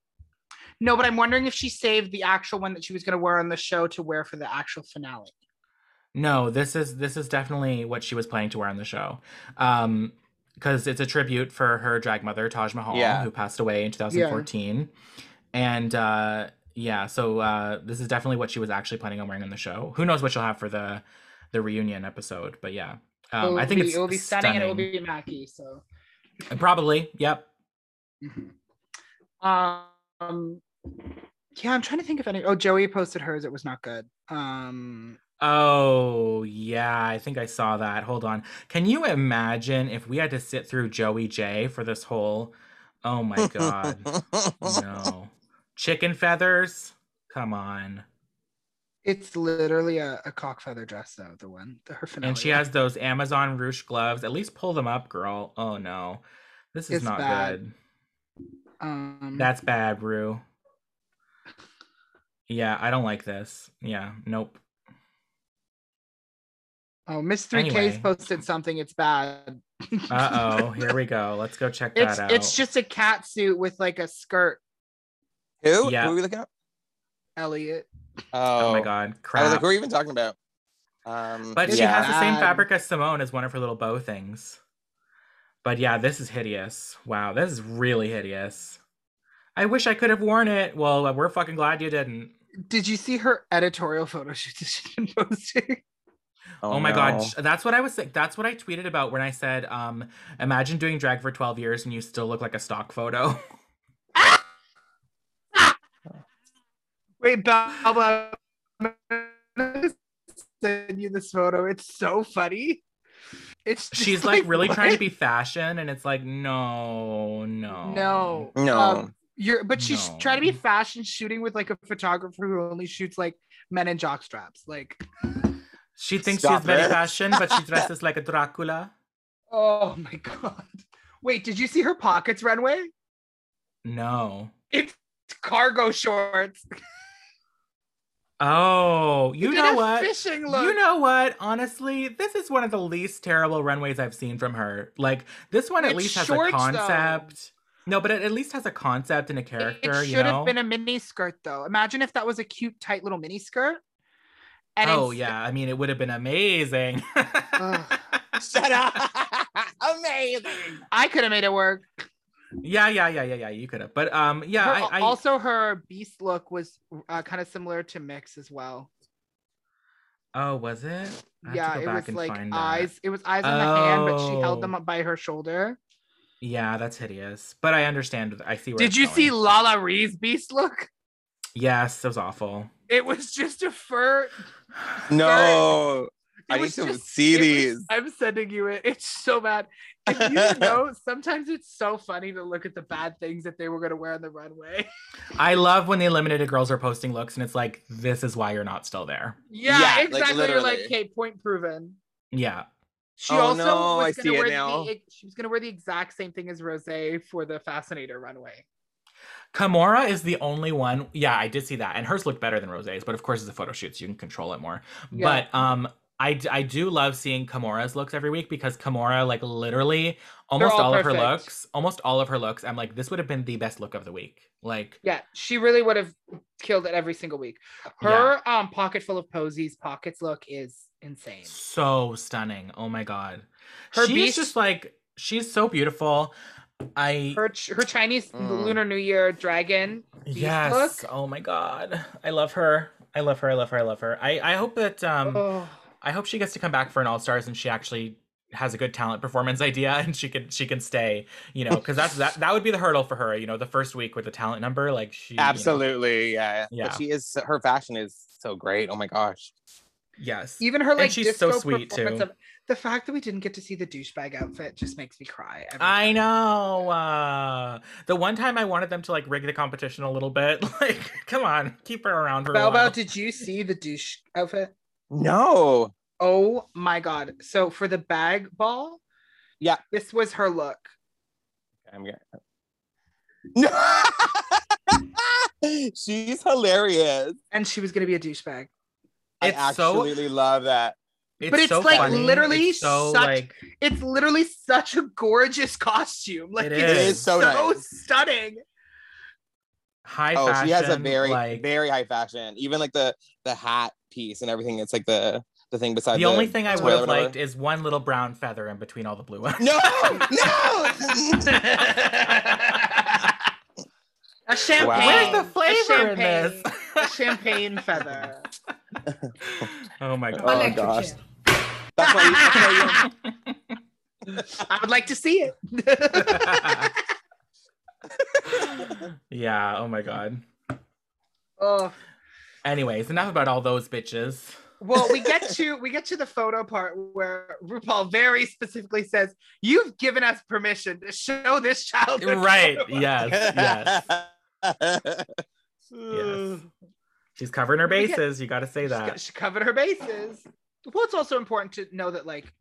No, but I'm wondering if she saved the actual one that she was going to wear on the show to wear for the actual finale. No, this is this is definitely what she was planning to wear on the show, um, because it's a tribute for her drag mother Taj Mahal, Yeah. who passed away in 2014, and uh, yeah, so uh, this is definitely what she was actually planning on wearing on the show. Who knows what she'll have for the the reunion episode, but yeah, um, It'll I think be, it's it will be stunning, and it will be Mackie. So, stunning. Uh, probably yep. Mm-hmm. um, yeah, I'm trying to think of any. Oh, Joey posted hers. It was not good. Um, Oh, yeah, I think I saw that. Hold on. Can you imagine if we had to sit through Joey J for this whole? Oh [laughs] my God. No. Chicken feathers? Come on. It's literally a, a cock feather dress, though, the one, the her finale. And she one. has those Amazon Rouge gloves. At least pull them up, girl. Oh no. This is It's not bad. good. um, That's bad, Rue. Yeah, I don't like this. Yeah, nope. Oh, Miss 3K's Anyway. posted something. It's bad. Uh [laughs] oh, here we go. Let's go check that It's out. it's just a cat suit with like a skirt, [laughs] Who? Yeah. Who are we looking at? Elliot. oh my god, I was crap. like, who are you even talking about? Um, but she yeah. has the same Bad. fabric as Simone as one of her little bow things. But yeah, this is hideous. Wow, this is really hideous. I wish I could have worn it. Well, we're fucking glad you didn't. Did you see her editorial photo shoot that she's been posting? [laughs] Oh, my no. god, sh- that's what I was saying. That's what I tweeted about when I said, um, imagine doing drag for 12 years and you still look like a stock photo. [laughs] Wait, Bella, I'm gonna send you this photo. It's so funny. It's just She's like really trying to what? be fashion and it's like, no, no. no, No. um, you're, but she's No. trying to be fashion shooting with like a photographer who only shoots like men in jock straps. Like, She thinks Stop she's very it. fashion, but [laughs] she dresses like a Dracula. oh my god. Wait, did you see her pockets runway? No. It's cargo shorts. Oh, you Did know a what? Fishing look. You know what? Honestly, this is one of the least terrible runways I've seen from her. Like this one at It's least has shorts, a though. concept. No, but it at least has a concept and a character. it you should know? have been a mini skirt though. Imagine if that was a cute, tight little mini skirt. And oh instead- yeah, I mean it would have been amazing. [laughs] Ugh. Shut up. [laughs] Amazing. I could have made it work. yeah, yeah, yeah, yeah, yeah. You could have, but um, yeah, Her- I, I also her beast look was uh, kind of similar to Mix as well. oh was it? I have to yeah, go it back was and like find that. eyes. It was eyes on the hand, but she held Oh. them up by her shoulder. Yeah, that's hideous. But I understand. I see. Where Did it's you going. see Lala Ree's beast look? Yes, that was awful. It was just a fur. No. It I need was to just- see it was- these. I'm sending you it. It's so bad. If you [laughs] didn't know, sometimes it's so funny to look at the bad things that they were going to wear on the runway. [laughs] I love when the eliminated girls are posting looks, and it's like, this is why you're not still there. Yeah, Yeah, like, exactly. You're like, literally. okay, point proven. Yeah. She Oh, also no, I was see gonna it wear now. the she was gonna wear the exact same thing as Rose for the Fascinator runway. Kimora is the only one. Yeah, I did see that, and hers looked better than Rose's, but of course it's a photo shoot, so you can control it more. Yeah. But um, I d- I do love seeing Kimora's looks every week because Kimora like literally almost all all, of her perfect. looks, almost all of her looks. I'm like, this would have been the best look of the week. Like, Yeah, she really would have killed it every single week. Her um pocket full of posies, pockets look is insane. so stunning. Oh my god, Her she's beast- just like she's so beautiful. I Her ch- her Chinese Mm. Lunar New Year dragon. beast yes. look. Oh my god, I love her. I love her. I love her. I love her. I I hope that um. oh. I hope she gets to come back for an All Stars and she actually has a good talent performance [laughs] idea and she can she can stay, you know, because that's that that would be the hurdle for her, you know, the first week with the talent number, like she you know. Absolutely. Yeah. Yeah. But she is, her fashion is so great. Oh my gosh. yes, Even her like she's so disco sweet, too. performance of- the fact that we didn't get to see the douchebag outfit just makes me cry. every I time. know. Uh, the one time I wanted them to like rig the competition a little bit, [laughs] like come on, keep her around for a Bow Wow, while. did you see the douche outfit? No. Oh my god. So for the bag ball, Yeah. This was her look. I'm gonna... No. [laughs] She's hilarious. And she was gonna be a douchebag. It's I so- absolutely love that. but it's, like, funny. literally It's so such- like It's literally such a gorgeous costume. Like It it's is. It is so nice. stunning. high oh, fashion. she has a very, like very high fashion. Even like the the hat piece and everything. It's like the the thing beside the only thing I toilet would or have whatever. liked is one little brown feather in between all the blue [laughs] ones. No, no. [laughs] A champagne. Wow. Where's Dang, the flavor in champagne, this? a champagne [laughs] feather. oh my god. Oh, Electric gosh. chair. That's why you, that's why you- I would like to see [laughs] it. [laughs] yeah, oh my god. oh. Anyways, enough about all those bitches. Well, we get to we get to the photo part where RuPaul very specifically says, "You've given us permission to show this child." the Right. [laughs] photo." Yes. Yes. Ugh. She's covering her We get- bases. You got to say She, that. she covered her bases. Well, it's also important to know that like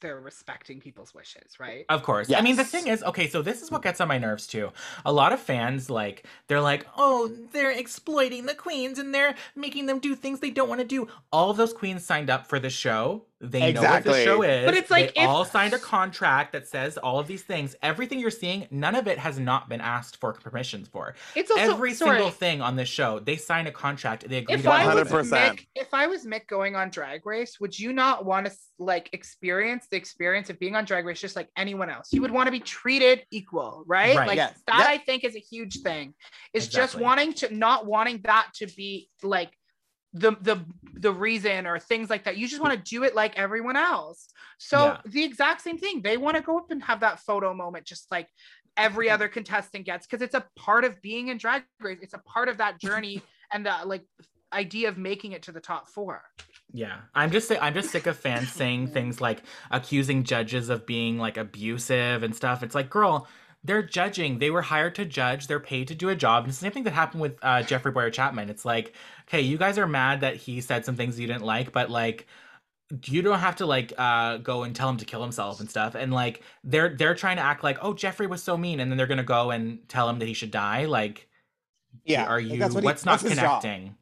they're respecting people's wishes, right? Of course. I mean, the Yes. thing is, okay, so this is what gets on my nerves too. A lot of fans, like, they're like, oh, they're exploiting the queens and they're making them do things they don't want to do. All of those queens signed up for the show. They know what Exactly. the show is. But it's like they if- all signed a contract that says all of these things. Everything you're seeing, none of it has not been asked for permissions for. It's also Every sorry, single thing on this show, they sign a contract. They agree If to all I of was it. 100%. Mick, if I was Mick going on Drag Race, would you not want to like experience the experience of being on Drag Race just like anyone else? You would want to be treated equal, right? Right. Like Yes. that, Yep. I think is a huge thing. It's just Exactly. wanting to not wanting that to be like the the the reason or things like that. You just want to do it like everyone else. So Yeah. the exact same thing. They want to go up and have that photo moment, just like every other contestant gets, because it's a part of being in Drag Race. It's a part of [laughs] that journey and the like idea of making it to the top four. Yeah, I'm just I'm just sick of fans saying things like accusing judges of being like abusive and stuff. It's like, girl, they're judging. They were hired to judge. They're paid to do a job. And it's the same thing that happened with uh, Jeffrey Boyer Chapman. It's like, okay, you guys are mad that he said some things you didn't like, but like, you don't have to like uh, go and tell him to kill himself and stuff. And like, they're they're trying to act like, oh, Jeffrey was so mean, and then they're gonna go and tell him that he should die. Like, [laughs] Yeah. are like, you that's what he- what's not that's his job. connecting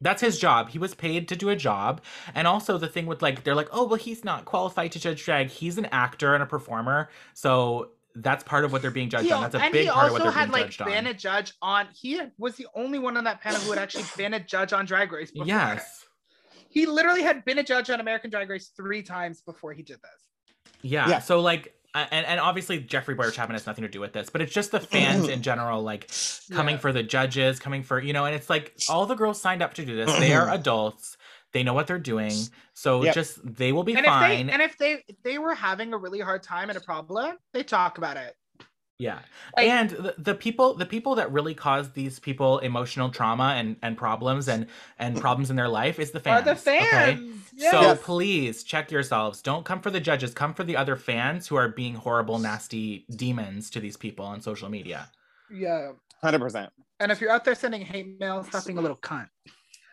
that's his job he was paid to do a job and also the thing with like they're like oh well he's not qualified to judge drag he's an actor and a performer so that's part of what they're being judged He on al- that's a and big he part of what also they're had being like judged been on a judge on. He was the only one on that panel who had actually been a judge on Drag Race. Before. yes he literally had been a judge on American Drag Race three times before he did this. yeah, Yeah. so like uh, and, and obviously jeffrey boyer chapman has nothing to do with this but it's just the [laughs] fans in general like coming Yeah. for the judges coming for you know and it's like all the girls signed up to do this they [clears throat] are adults they know what they're doing so Yep. just they will be and fine if they and if they if they were having a really hard time and a problem, they talk about it. Yeah. Like- and the, the people the people that really cause these people emotional trauma and and problems and and problems in their life is the fans. Are the okay? fans? Yes. So Yes. please check yourselves. Don't come for the judges, come for the other fans who are being horrible nasty demons to these people on social media. yeah. 100%. And if you're out there sending hate mail, stop being a little cunt.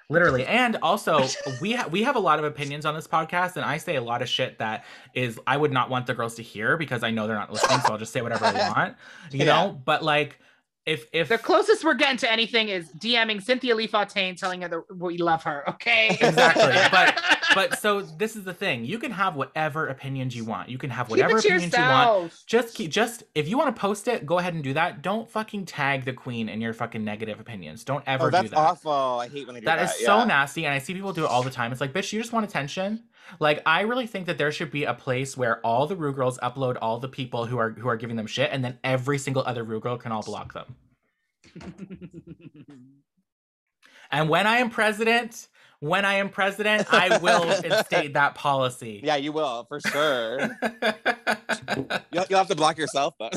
Literally. And also, we ha- we have a lot of opinions on this podcast and I say a lot of shit that is I would not want the girls to hear because I know they're not listening, so I'll just say whatever [laughs] I want. You Yeah. know, but like if if The closest we're getting to anything is DMing Cynthia Lee Fontaine telling her that we love her. Okay. [laughs] Exactly, but- but so this is the thing you can have whatever opinions you want you can have keep whatever it to opinions you want yourself. just keep just if you want to post it go ahead and do that don't fucking tag the queen in your fucking negative opinions don't ever Oh, that's do that awful. I hate when they do that. that is so nasty and i see people do it all the time it's like bitch you just want attention like i really think that there should be a place where all the rue girls upload all the people who are who are giving them shit and then every single other rue girl can all block them and when i am president when i am president i will instate that policy Yeah, you will for sure. [laughs] you'll, you'll have to block yourself, though.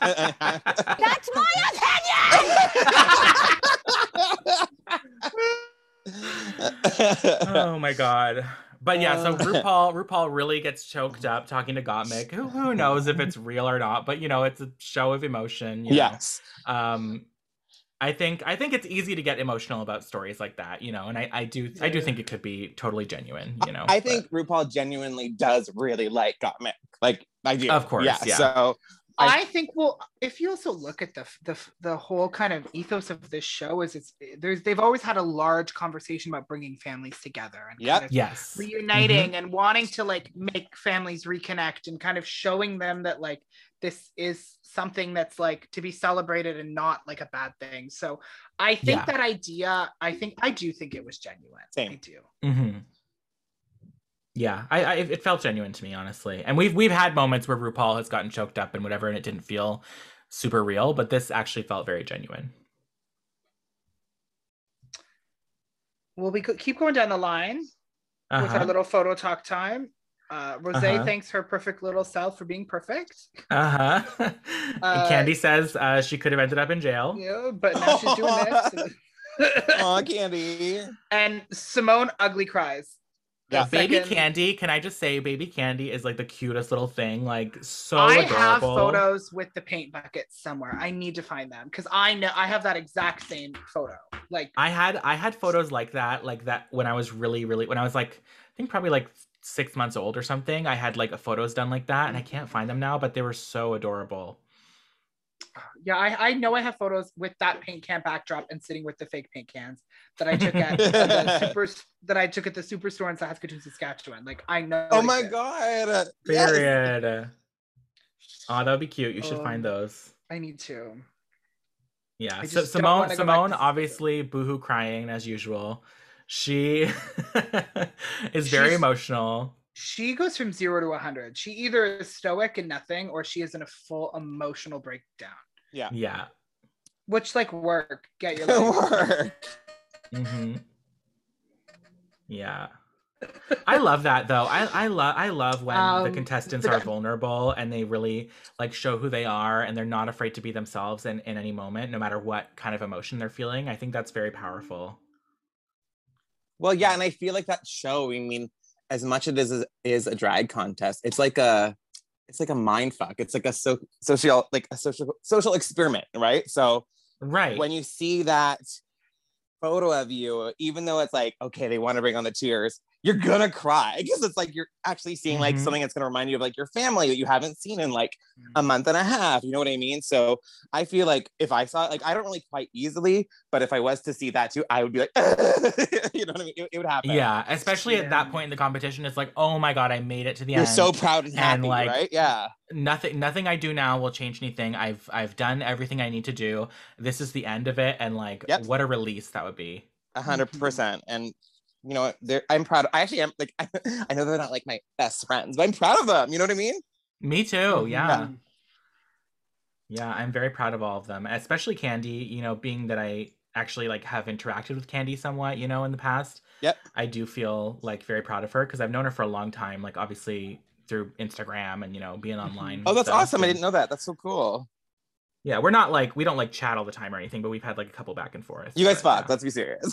That's my opinion. oh my god. But yeah, so Uh. [laughs] RuPaul RuPaul really gets choked up talking to Gottmik. Who who knows if it's real or not, but you know, it's a show of emotion. you know. yes. Um I think I think it's easy to get emotional about stories like that, you know, and I, I do I do think it could be totally genuine, you know. I but- think RuPaul genuinely does really like Gottmik. Like I do. Of course, yeah. So I- I think well, if you also look at the the the whole kind of ethos of this show is it's there's they've always had a large conversation about bringing families together and Yep. kind of yes. reuniting Mm-hmm. and wanting to like make families reconnect and kind of showing them that like this is something that's like to be celebrated and not like a bad thing. So I think Yeah. that idea, I think I do think it was genuine. Same. I do. Mm-hmm. Yeah, I, I it it felt genuine to me, honestly. And we've we've had moments where RuPaul has gotten choked up and whatever, and it didn't feel super real, but this actually felt very genuine. Well, we could keep going down the line. with our Uh-huh. little photo talk time. Uh, Rose Uh-huh. thanks her perfect little self for being perfect. Uh-huh. [laughs] And Uh, Candy says uh, she could have ended up in jail. Yeah, but now she's doing this. [laughs] [laughs] Aw, Candy. and Simone ugly cries. Yeah. Baby Second. Candy, can I just say, Baby Candy is like the cutest little thing. Like so I adorable. have photos with the paint buckets somewhere. I need to find them because I know I have that exact same photo. Like I had I had photos like that, like that when I was really, really when I was like I think probably like six months old or something. I had like photos done like that, and I can't find them now, but they were so adorable. yeah, I, I know I have photos with that paint can backdrop and sitting with the fake paint cans that I took [laughs] at the super that I took at the superstore in Saskatoon, Saskatchewan. Like I know. Oh it my exists. god. Yes. [laughs] Period. Oh, that would be cute. You should Um, find those. I need to. Yeah. I So just don't Simone, wanna go back Simone, to- obviously boohoo crying as usual. She [laughs] is very She's- emotional. She goes from zero to 100. She either is stoic and nothing, or she is in a full emotional breakdown, Yeah. which, like, work, [laughs] get your life. [laughs] Work. hmm Yeah. I love that though. I, I love I love when the Um, contestants but are I- vulnerable and they really like show who they are and they're not afraid to be themselves in, in any moment, no matter what kind of emotion they're feeling. I think that's very powerful. Well, yeah, and I feel like that show. I mean, as much as this is, is a drag contest, it's like a, it's like a mind fuck. It's like a so, social, like a social social experiment, right? So Right. when you see that photo of you, even though it's like, okay, they want to bring on the tears, you're gonna cry [laughs] because it's like you're actually seeing like Mhm. something that's gonna remind you of like your family that you haven't seen in like Mm-hmm. a month and a half. You know what I mean? So I feel like if I saw it, like I don't really quite easily, but if I was to see that too, I would be like, [laughs] you know what I mean? It, it would [laughs] happen. yeah. Especially at that Yeah. point in the competition, it's like, oh my god, I made it to the You're end. so proud and happy, like, right? Yeah. nothing nothing I do now will change anything. I've I've done everything I need to do. This is the end of it. And like Yep. what a release that would be. A hundred Mm-hmm. Mhm. percent. And you know, they're, I'm proud. I actually am like, [laughs] I, know they're not like my best friends, but I'm proud of them. You know what I mean? Me too. Mm-hmm. Mhm. Oh, Yeah. Yeah, I'm very proud of all of them, especially Candy, you know, being that I actually like have interacted with Candy somewhat, you know, in the past. Yep. I do feel like very proud of her because I've known her for a long time, like obviously through Instagram and you know, being online. Oh, and that's stuff, awesome. I and- didn't know that. That's so cool. Yeah, we're not like we don't like chat all the time or anything, but we've had like a couple back and forth. You guys but, yeah. fucked. Let's be serious.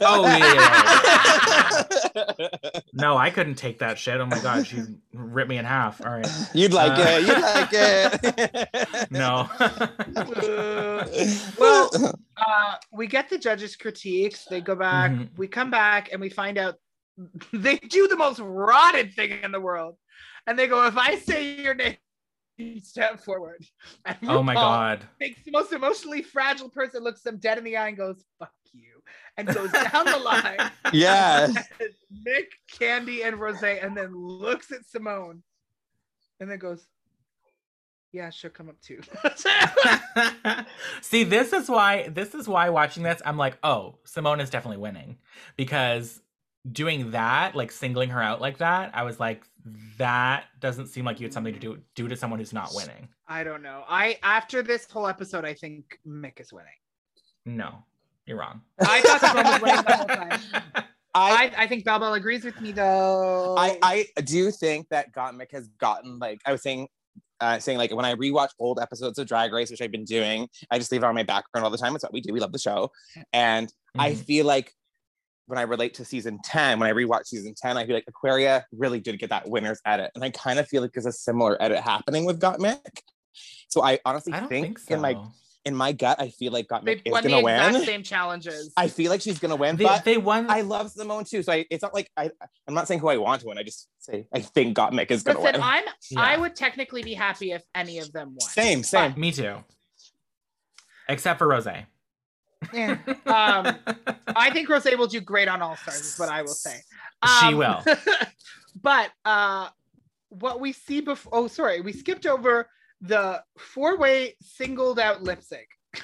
Oh yeah, yeah, yeah, yeah. no, I couldn't take that shit. Oh my god, she ripped me in half. All right. [laughs] You'd like Uh, it. You'd like it. [laughs] No. [laughs] well, Uh, we get the judges' critiques. They go back. Mhm. We come back and we find out [laughs] they do the most rotted thing in the world. And they go, if I say your name, you step forward. [laughs] And oh my RuPaul god. [laughs] Makes the most emotionally fragile person looks them dead in the eye and goes, fuck you. And goes down the line. [laughs] [laughs] yeah. Nick, Candy, and Rose, and then looks at Simone and then goes, yeah, she'll come [laughs] up too. [laughs] See, this is why this is why watching this, I'm like, oh, Simone is definitely winning because doing that, like singling her out like that, I was like, that doesn't seem like you had something to do do to someone who's not winning. I don't know. I after this whole episode, I think Mick is winning. No, you're wrong. Mm. I thought Simone was winning the [laughs] whole time. [laughs] I, I, I think Bell Bell agrees with me though. I, I do think that Gottmik has gotten like I was saying, uh, saying like when I rewatch old episodes of Drag Race, which I've been doing, I just leave it on my background all the time. It's what we do. We love the show, and I Mhm. feel like when I relate to season 10, when I rewatch season 10, I feel like Aquaria really did get that winner's edit. And I kind of feel like there's a similar edit happening with Gottmik. So I honestly I don't think, think so. in my in my gut, I feel like Gottmik they is won the gonna exact win. same challenges. [laughs] I feel like she's gonna win, they, but they won I love Simone too. So I, it's not like I I'm not saying who I want to win. I just say I think Gottmik is gonna Listen, win. [laughs] I'm Yeah. I would technically be happy if any of them won. [laughs] same, same. me too. Except for Rose. [laughs] Eh. [laughs] Um, Oh, I think Rose will do great on All Stars, is what I will say. Um, She will. [laughs] but uh, what we see before, oh, sorry, we skipped over the four way singled out lip sync. Oh,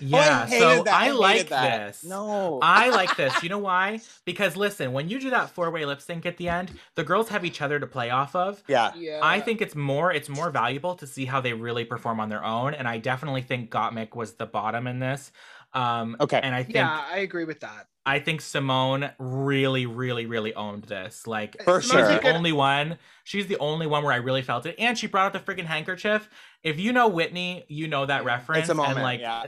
I yeah, hated so that. I, hated like that. this. [laughs] No. I like this. You know why? Because listen, when you do that four-way lip sync at the end, the girls have each other to play off of. yeah. Yeah. I think it's more it's more valuable to see how they really perform on their own, and I definitely think Gottmik was the bottom in this. Um, Okay. and I think Yeah, I agree with that. I think Simone really, really, really owned this. Like For Simone's a sure. the good- only one. She's the only one where I really felt it. And she brought out the freaking handkerchief. If you know Whitney, you know that reference. It's a moment. and like yeah.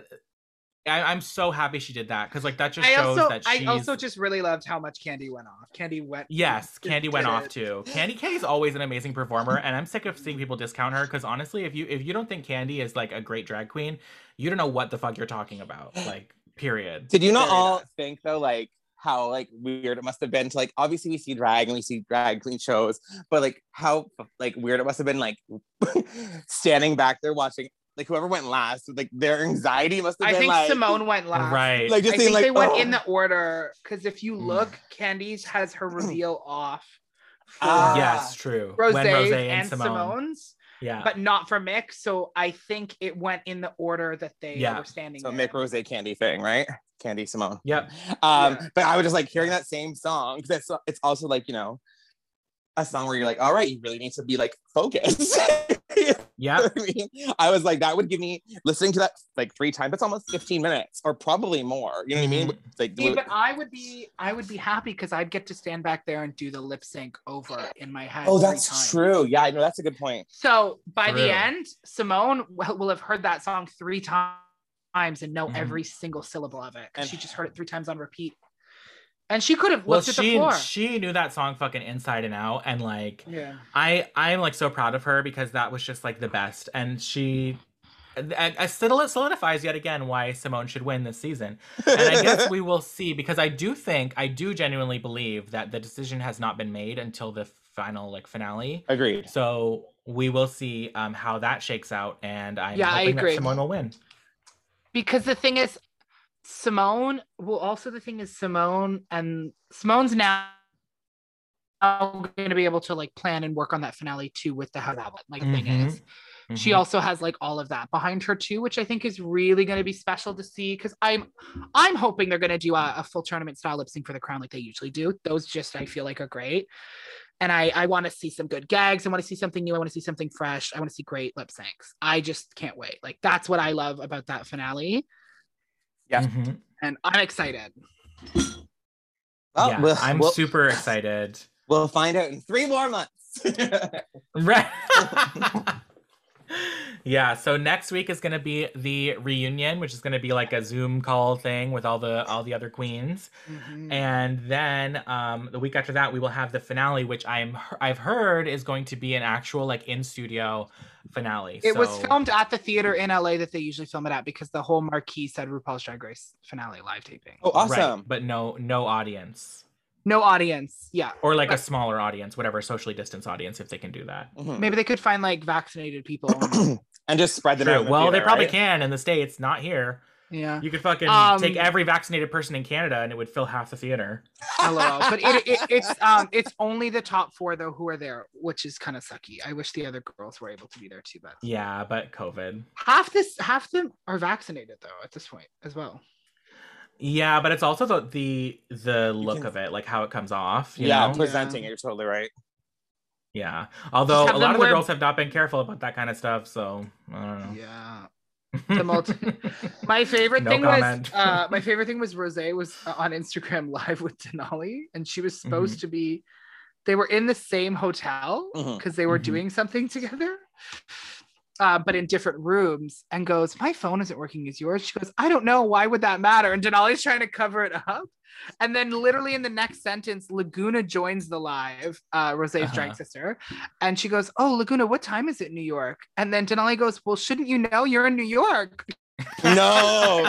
I, I'm so happy she did that because like that just I shows also, that I she's also just really loved how much Candy went off. Candy went. Yes, just Candy went did off it. too. Candy K is always an amazing performer, and I'm sick of seeing people discount her because honestly, if you if you don't think Candy is like a great drag queen, you don't know what the fuck you're talking about. Like, period. Did you not Fair all enough. think though, like how like weird it must have been to like obviously we see drag and we see drag queen shows, but like how like weird it must have been like [laughs] standing back there watching like whoever went last, like their anxiety must have I been think like Simone went last. Right. like I just think being like they went "Oh." in the order because if you Mm. look, Candy's has her reveal off for Ah. yes, true. Rose's when Rose and, and Simone. Simone's, Yeah. but not for Mick. So I think it went in the order that they Yeah. were standing. so there. Mick Rose Candy thing, right? Candy Simone. Yep. Um, Yeah. but I was just like hearing that same song because it's it's also like you know a song where you're like, all right, you really need to be like focused. [laughs] You know [laughs] Yep. what [laughs] I, mean? I was like, that would give me listening to that like three times. That's almost 15 minutes or probably more. You know what I mean? Like, See, but I would be I would be happy because I'd get to stand back there and do the lip sync over in my head. oh, three that's times. true. Yeah, I know that's a good point. So by True. the end, Simone will, will have heard that song three ti- times and know Mhm. every single syllable of it. 'cause And- she just heard it three times on repeat. And she could have Well, looked at the she floor. she knew that song fucking inside and out, and like yeah. I I'm like so proud of her because that was just like the best, and she. And and it solidifies yet again why Simone should win this season. and I guess [laughs] we will see because I do think I do genuinely believe that the decision has not been made until the final like finale. Agreed. So we will see um, how that shakes out, and I'm Yeah, I hoping that agree. Simone will win. Because the thing is, Simone, well, also the thing is, Simone and Simone's now going to be able to like plan and work on that finale too with the how that like thing Mhm. is. She also has like all of that behind her too, which I think is really going to be special to see because I'm, I'm hoping they're going to do a, a full tournament style lip sync for the crown like they usually do. Those just I feel like are great, and I I want to see some good gags. I want to see something new. I want to see something fresh. I want to see great lip syncs. I just can't wait. Like that's what I love about that finale, Yeah. Mhm. and I'm excited. Well, Yeah, Oh, we'll, I'm we'll, super excited. we'll find out in three more months. [laughs] Oh, Right. yeah. So next week is gonna be the reunion, which is gonna be like a Zoom call thing with all the all the other queens. Mm-hmm. and then um, the week after that we will have the finale which i'm i've heard is going to be an actual like in studio finale It was So- filmed at the theater in LA that they usually film it at because the whole marquee said RuPaul's Drag Race finale live taping. oh, Right, awesome. but no no audience No audience. Yeah. or like a smaller audience whatever socially distanced audience if they can do that Mhm. Maybe they could find like vaccinated people. and just spread the True. well they probably can in the states not here yeah. you could fucking Um, take every vaccinated person in canada and it would fill half the theater LOL. But it, it, it's um it's only the top four though who are there, which is kind of sucky. I wish the other girls were able to be there too, but yeah but covid half this half them are vaccinated though at this point as well. yeah but it's also the the, the look can- of it like how it comes off you yeah, know? presenting. You're totally [laughs] right. Yeah. Although have a lot them of wear- the girls have not been careful about that kind of stuff, so I don't know. Yeah. The multi- [laughs] My favorite No thing comment. was uh, my favorite thing was Rose was uh, on Instagram [laughs] live with Denali, and she Mm-hmm. was supposed to be. They were in the same hotel because Mhm. they were Mhm. doing something together, uh, but in different rooms. And goes, my phone isn't working. Is yours? She goes, I don't know. Why would that matter? And Denali's trying to cover it up. And then literally in the next sentence, Laguna joins the live, uh, Rose's Uh-huh. drag sister. And she goes, Oh, Laguna, what time is it in New York? And then Denali goes, Well, shouldn't you know you're in New York? no.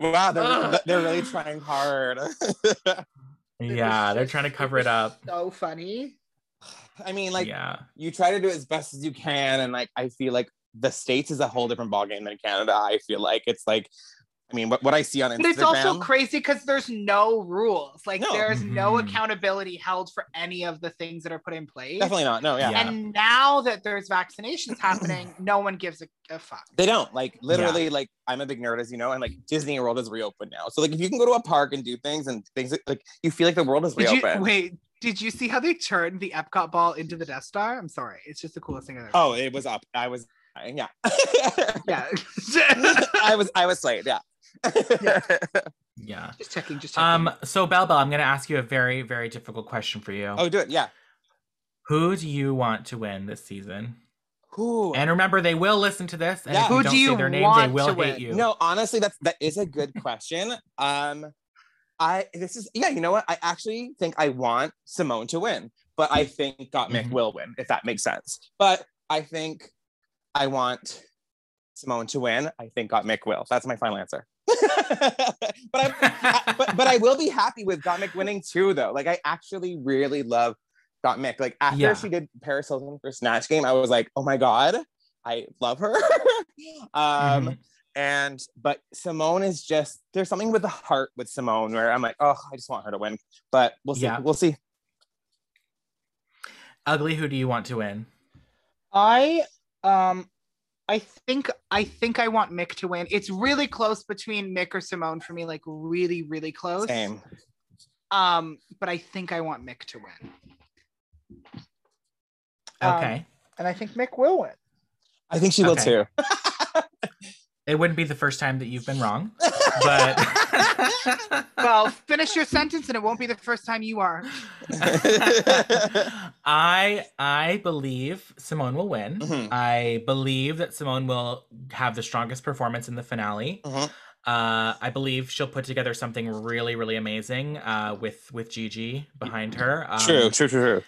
Wow, [laughs] Ugh. they're, they're really trying hard. [laughs] [laughs] yeah, they're trying to cover it up. So funny. I mean, like yeah. you try to do as best as you can, and like I feel like the states is a whole different ballgame than Canada. I feel like it's like, I mean, what, what I see on Instagram. But it's also crazy because there's no rules. Like No. there's no Mhm. accountability held for any of the things that are put in place. definitely not. No, yeah. Yeah. And now that there's vaccinations happening, no one gives a, a fuck. They don't like literally like I'm a big nerd as you know, and like Disney World is reopened now. So like if you can go to a park and do things and things that- like you feel like the world is Did you reopened. wait? Did you see how they turned the Epcot ball into the Death Star? I'm sorry, it's just the coolest thing I've ever. oh, it was up. I was yeah. [laughs] yeah. I was I was late. Yeah. [laughs] Yeah. [laughs] just checking. Just checking. Um, so Bell Bell, I'm gonna ask you a very, very difficult question for you. oh, do it. Yeah. Who do you want to win this season? Who? And remember, they will listen to this. And Yeah. if you Who don't do you say their name, they want will to hate win? you. No, honestly, that's that is a good question. [laughs] um, I this is yeah, you know what? I actually think I want Simone to win, but I think Got Mick Mhm. will win if that makes sense. But I think I want Simone to win. I think Got Mick will. That's my final answer. [laughs] but I, [laughs] I- but but I will be happy with Got Mick winning too, though. Like I actually really love Got Mick. Like after Yeah. she did Paris Hilton for Snatch Game, I was like, oh my god, I love her. [laughs] um, Mhm. and but Simone is just there's something with the heart with Simone where I'm like, oh, I just want her to win. But we'll see. Yeah. We'll see. Ugly, who do you want to win? I um I think I think I want Mick to win. It's really close between Mick or Simone for me, like really, really close. Same. Um, but I think I want Mick to win. Um, Okay. And I think Mick will win. I think she will Okay. too. it wouldn't be the first time that you've been [laughs] wrong, but. [laughs] Well, finish your sentence and it won't be the first time you are. I I believe Simone will win. Mm-hmm. Mhm. I believe that Simone will have the strongest performance in the finale. Mm-hmm. Mhm. Uh, I believe she'll put together something really really amazing uh, with with Gigi behind her. Um, true, true, true, true.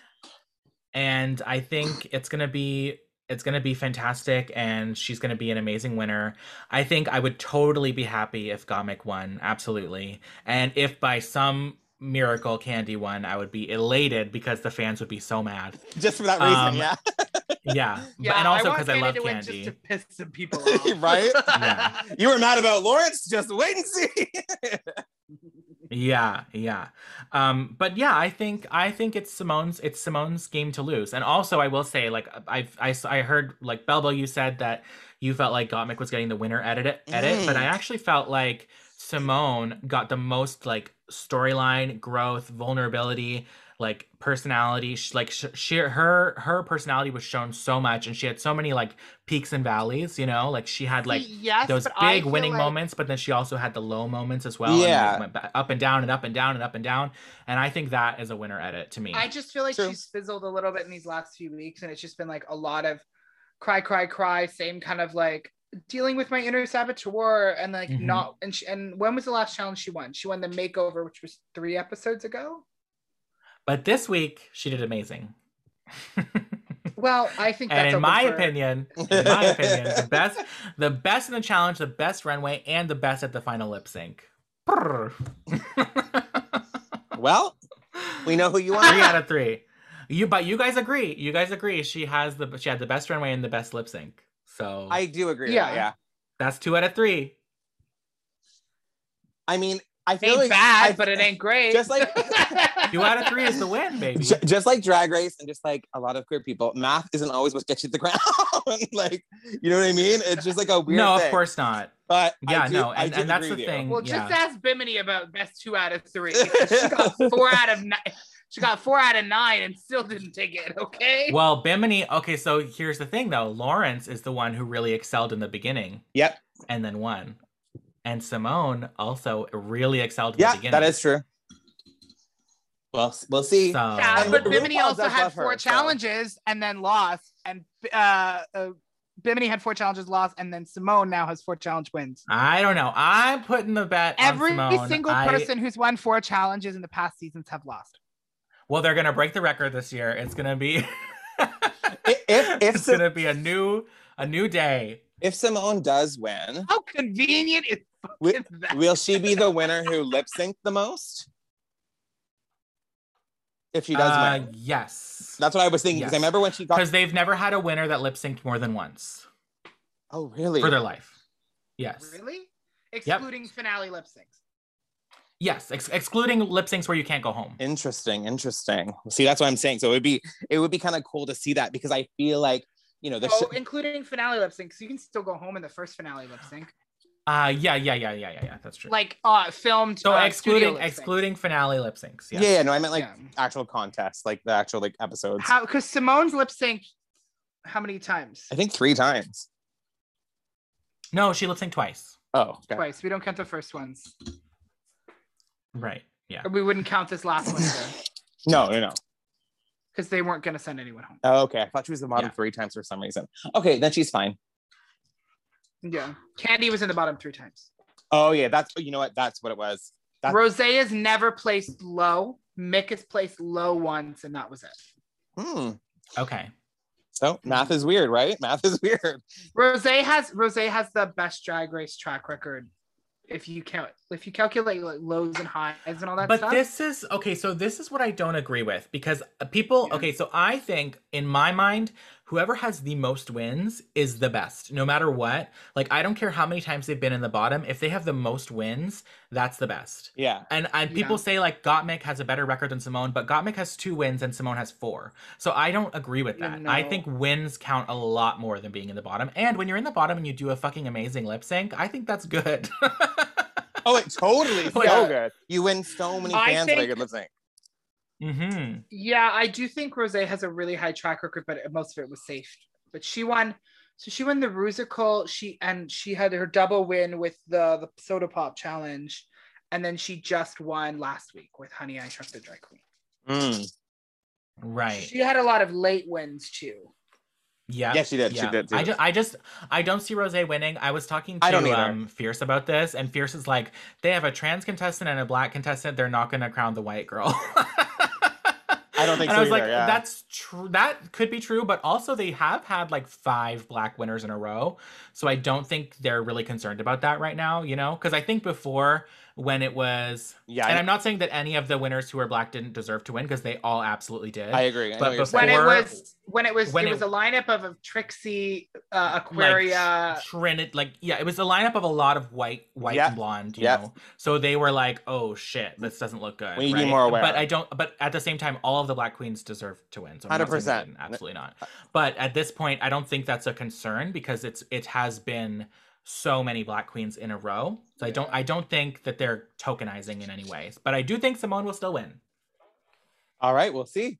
and I think it's gonna be it's gonna be fantastic, and she's gonna be an amazing winner. I think I would totally be happy if Gomic won, absolutely, and if by some miracle Candy won, I would be elated because the fans would be so mad. Just for that reason, Um, yeah. [laughs] [laughs] Yeah, yeah and also because I, love to win Candy. just to piss some [laughs] people off. right? [laughs] Yeah. You were mad about Lawrence. Just wait and see. [laughs] Yeah, yeah. Um, but yeah, I think I think it's Simone's it's Simone's game to lose. And also, I will say, like uh, I've I, s- I heard like Belbo, you said that you felt like Gottmik was getting the winner edit edit, but I actually felt like Simone got the most like storyline growth, vulnerability, like personality. Sh like sh- she her her personality was shown so much, and she had so many like peaks and valleys. You know, like she had like See, yes, those but I big feel winning like- moments, but then she also had the low moments as well. and, like, Yeah. went ba- up and down and up and down and up and down. And I think that is a winner edit to me. I just feel like True. she's fizzled a little bit in these last few weeks, and it's just been like a lot of cry, cry, cry. Same kind of like dealing with my inner saboteur, and like Mhm. not. And she, and when was the last challenge she won? She won the makeover, which was three episodes ago. but this week she did [laughs] amazing. Well, I think that's and in open my for- opinion, in my opinion, the best, the best in the challenge, the best runway, and the best at the final lip sync. Brr. well, we know who you [laughs] three are. out of three. You, but you guys agree. You guys agree. She has the she had the best runway and the best lip sync. So [laughs] I do agree. Yeah. Yeah, yeah. that's two out of three. I mean, I feel ain't like bad, I- but [laughs] it ain't great. [laughs] just like- Two out of three is the [laughs] win, baby. J- just like drag race and just like a lot of queer people, math isn't always what gets you to the [laughs] ground. like, you know what I mean? It's just like a weird no, thing. of course not. But I Yeah, do- no, I and, do and that's agree the with you. thing. well, yeah. just ask Bimini about best two out of [laughs] three. She got four out of nine. She got four out of nine and still didn't take it. Okay. well, Bimini. Okay, so here's the thing, though. Lawrence is the one who really excelled in the beginning Yep. and then won, and Simone also really excelled in Yeah, the beginning. that is true. Well, s- we'll see. So, Yeah, And but Ru- Bimini RuPaul also does had love her, four so- challenges and then lost, and uh, uh, Bimini had four challenges, lost, and then Simone now has four challenge wins. I don't know. I'm putting the bet. Every on Simone. single I- person who's won four challenges in the past seasons have lost. well, they're gonna break the record this year. It's gonna be. [laughs] if if, if, it's Sim- gonna be a new a new day. if Simone does win, How convenient is Wi- fucking that? will she be the winner who lip synced the most? If she does Uh, win, yes. that's what I was thinking because yes. I remember when she got. Because they've never had a winner that lip synced more than once Oh, really? for their life. Yes. really? Excluding finale lip syncs. Yes, ex- excluding lip syncs where you can't go home. Interesting, interesting. See, that's what I'm saying. So it would be it would be kind of cool to see that because I feel like you know the Oh, sh- including finale lip syncs. You can still go home in the first finale lip [laughs] sync, Uh yeah, yeah, yeah, yeah, yeah, yeah. That's true. like uh, filmed. so uh, studio excluding lip sync. excluding finale lip syncs. yeah. Yeah. yeah no I meant like Yeah. actual contests like the actual like episodes. how because Simone's lip sync. How many times? I think three times. No, she lip synced twice. Oh, okay. Twice. We don't count the first ones. Right. Yeah. [laughs] Or we wouldn't count this last one. no, no, no. because they weren't going to send anyone home. Oh, okay. I thought she was the bottom Yeah. three times for some reason. Okay, then she's fine. Yeah. Candy was in the bottom three times. Oh yeah, that's you know what? That's what it was. That's- Rose is never placed low. Mick is placed low once, and that was it. Hmm. Okay. So Hmm. math is weird, right? Math is [laughs] weird. Rose has Rose has the best drag race track record. If you count, if you calculate like lows and highs and all that but stuff, this is okay so this is what i don't agree with because uh, people Yeah. okay so i think in my mind whoever has the most wins is the best no matter what like i don't care how many times they've been in the bottom if they have the most wins that's the best Yeah. and and people Yeah. say like Gottmik has a better record than Simone, but Gottmik has two wins and Simone has four. So I don't agree with Yeah, that. I think no. wins count a lot more than being in the bottom. And when you're in the bottom and you do a fucking amazing lip sync, I think that's good. [laughs] Oh, it totally so Yeah. good. You win so many I fans by think- your lip sync. hmm yeah, I do think Rose has a really high track record, but most of it was safe. But she won, so she won the Rusical. She and she had her double win with the the soda pop challenge, and then she just won last week with Honey I Shrunk the Drag Queen. Mm. Right. She had a lot of late wins too. Yeah. Yeah, she did. She did, I too. just, I just, I don't see Rose winning. I was talking to I don't either. um, Fierce about this, and Fierce is like, they have a trans contestant and a black contestant. They're not going to crown the white girl. [laughs] I don't think and so I was either, like, yeah. that's true. That could be true, but also they have had like five black winners in a row, so I don't think they're really concerned about that right now. You know, because I think before when it was, Yeah. and I, I'm not saying that any of the winners who are black didn't deserve to win because they all absolutely did. I agree. I know But what before- you're saying. When it Or- was when it was when it it- was a lineup of, of Trixie, uh, like, Aquaria, Trinity, like yeah, it was a lineup of a lot of white, white Yeah. and blonde, you Yeah. know. So they were like, "Oh shit, this doesn't look good." We need to be right? more aware. But I don't. But at the same time, all of the black queens deserve to win. So I'm not saying they 100%. didn't, absolutely not. But at this point, I don't think that's a concern because it's it has been so many black queens in a row. So I don't I don't think that they're tokenizing in any way. But I do think Simone will still win. All right, we'll see.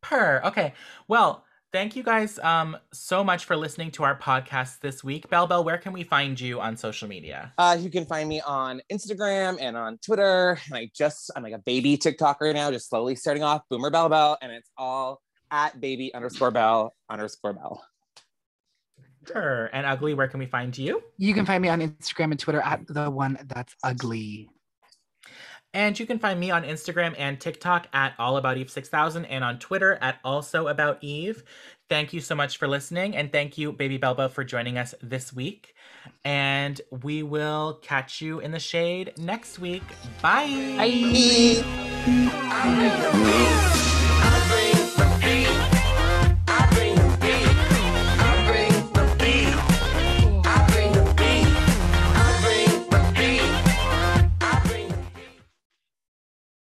Per. Okay. Well, thank you guys um so much for listening to our podcast this week. Bell Bell, where can we find you on social media? Uh, you can find me on Instagram and on Twitter. And I just, I'm like a baby TikToker now, just slowly starting off Boomer Bell Bell. And it's all at baby underscore bell underscore bell. Per. And Ugly, where can we find you? You can find me on Instagram and Twitter at the one that's ugly. And you can find me on Instagram and TikTok at All About Eve 6000 and on Twitter at Also About Eve. Thank you so much for listening. And thank you, Baby Bell Bell, for joining us this week. And we will catch you in the shade next week. Bye. Bye.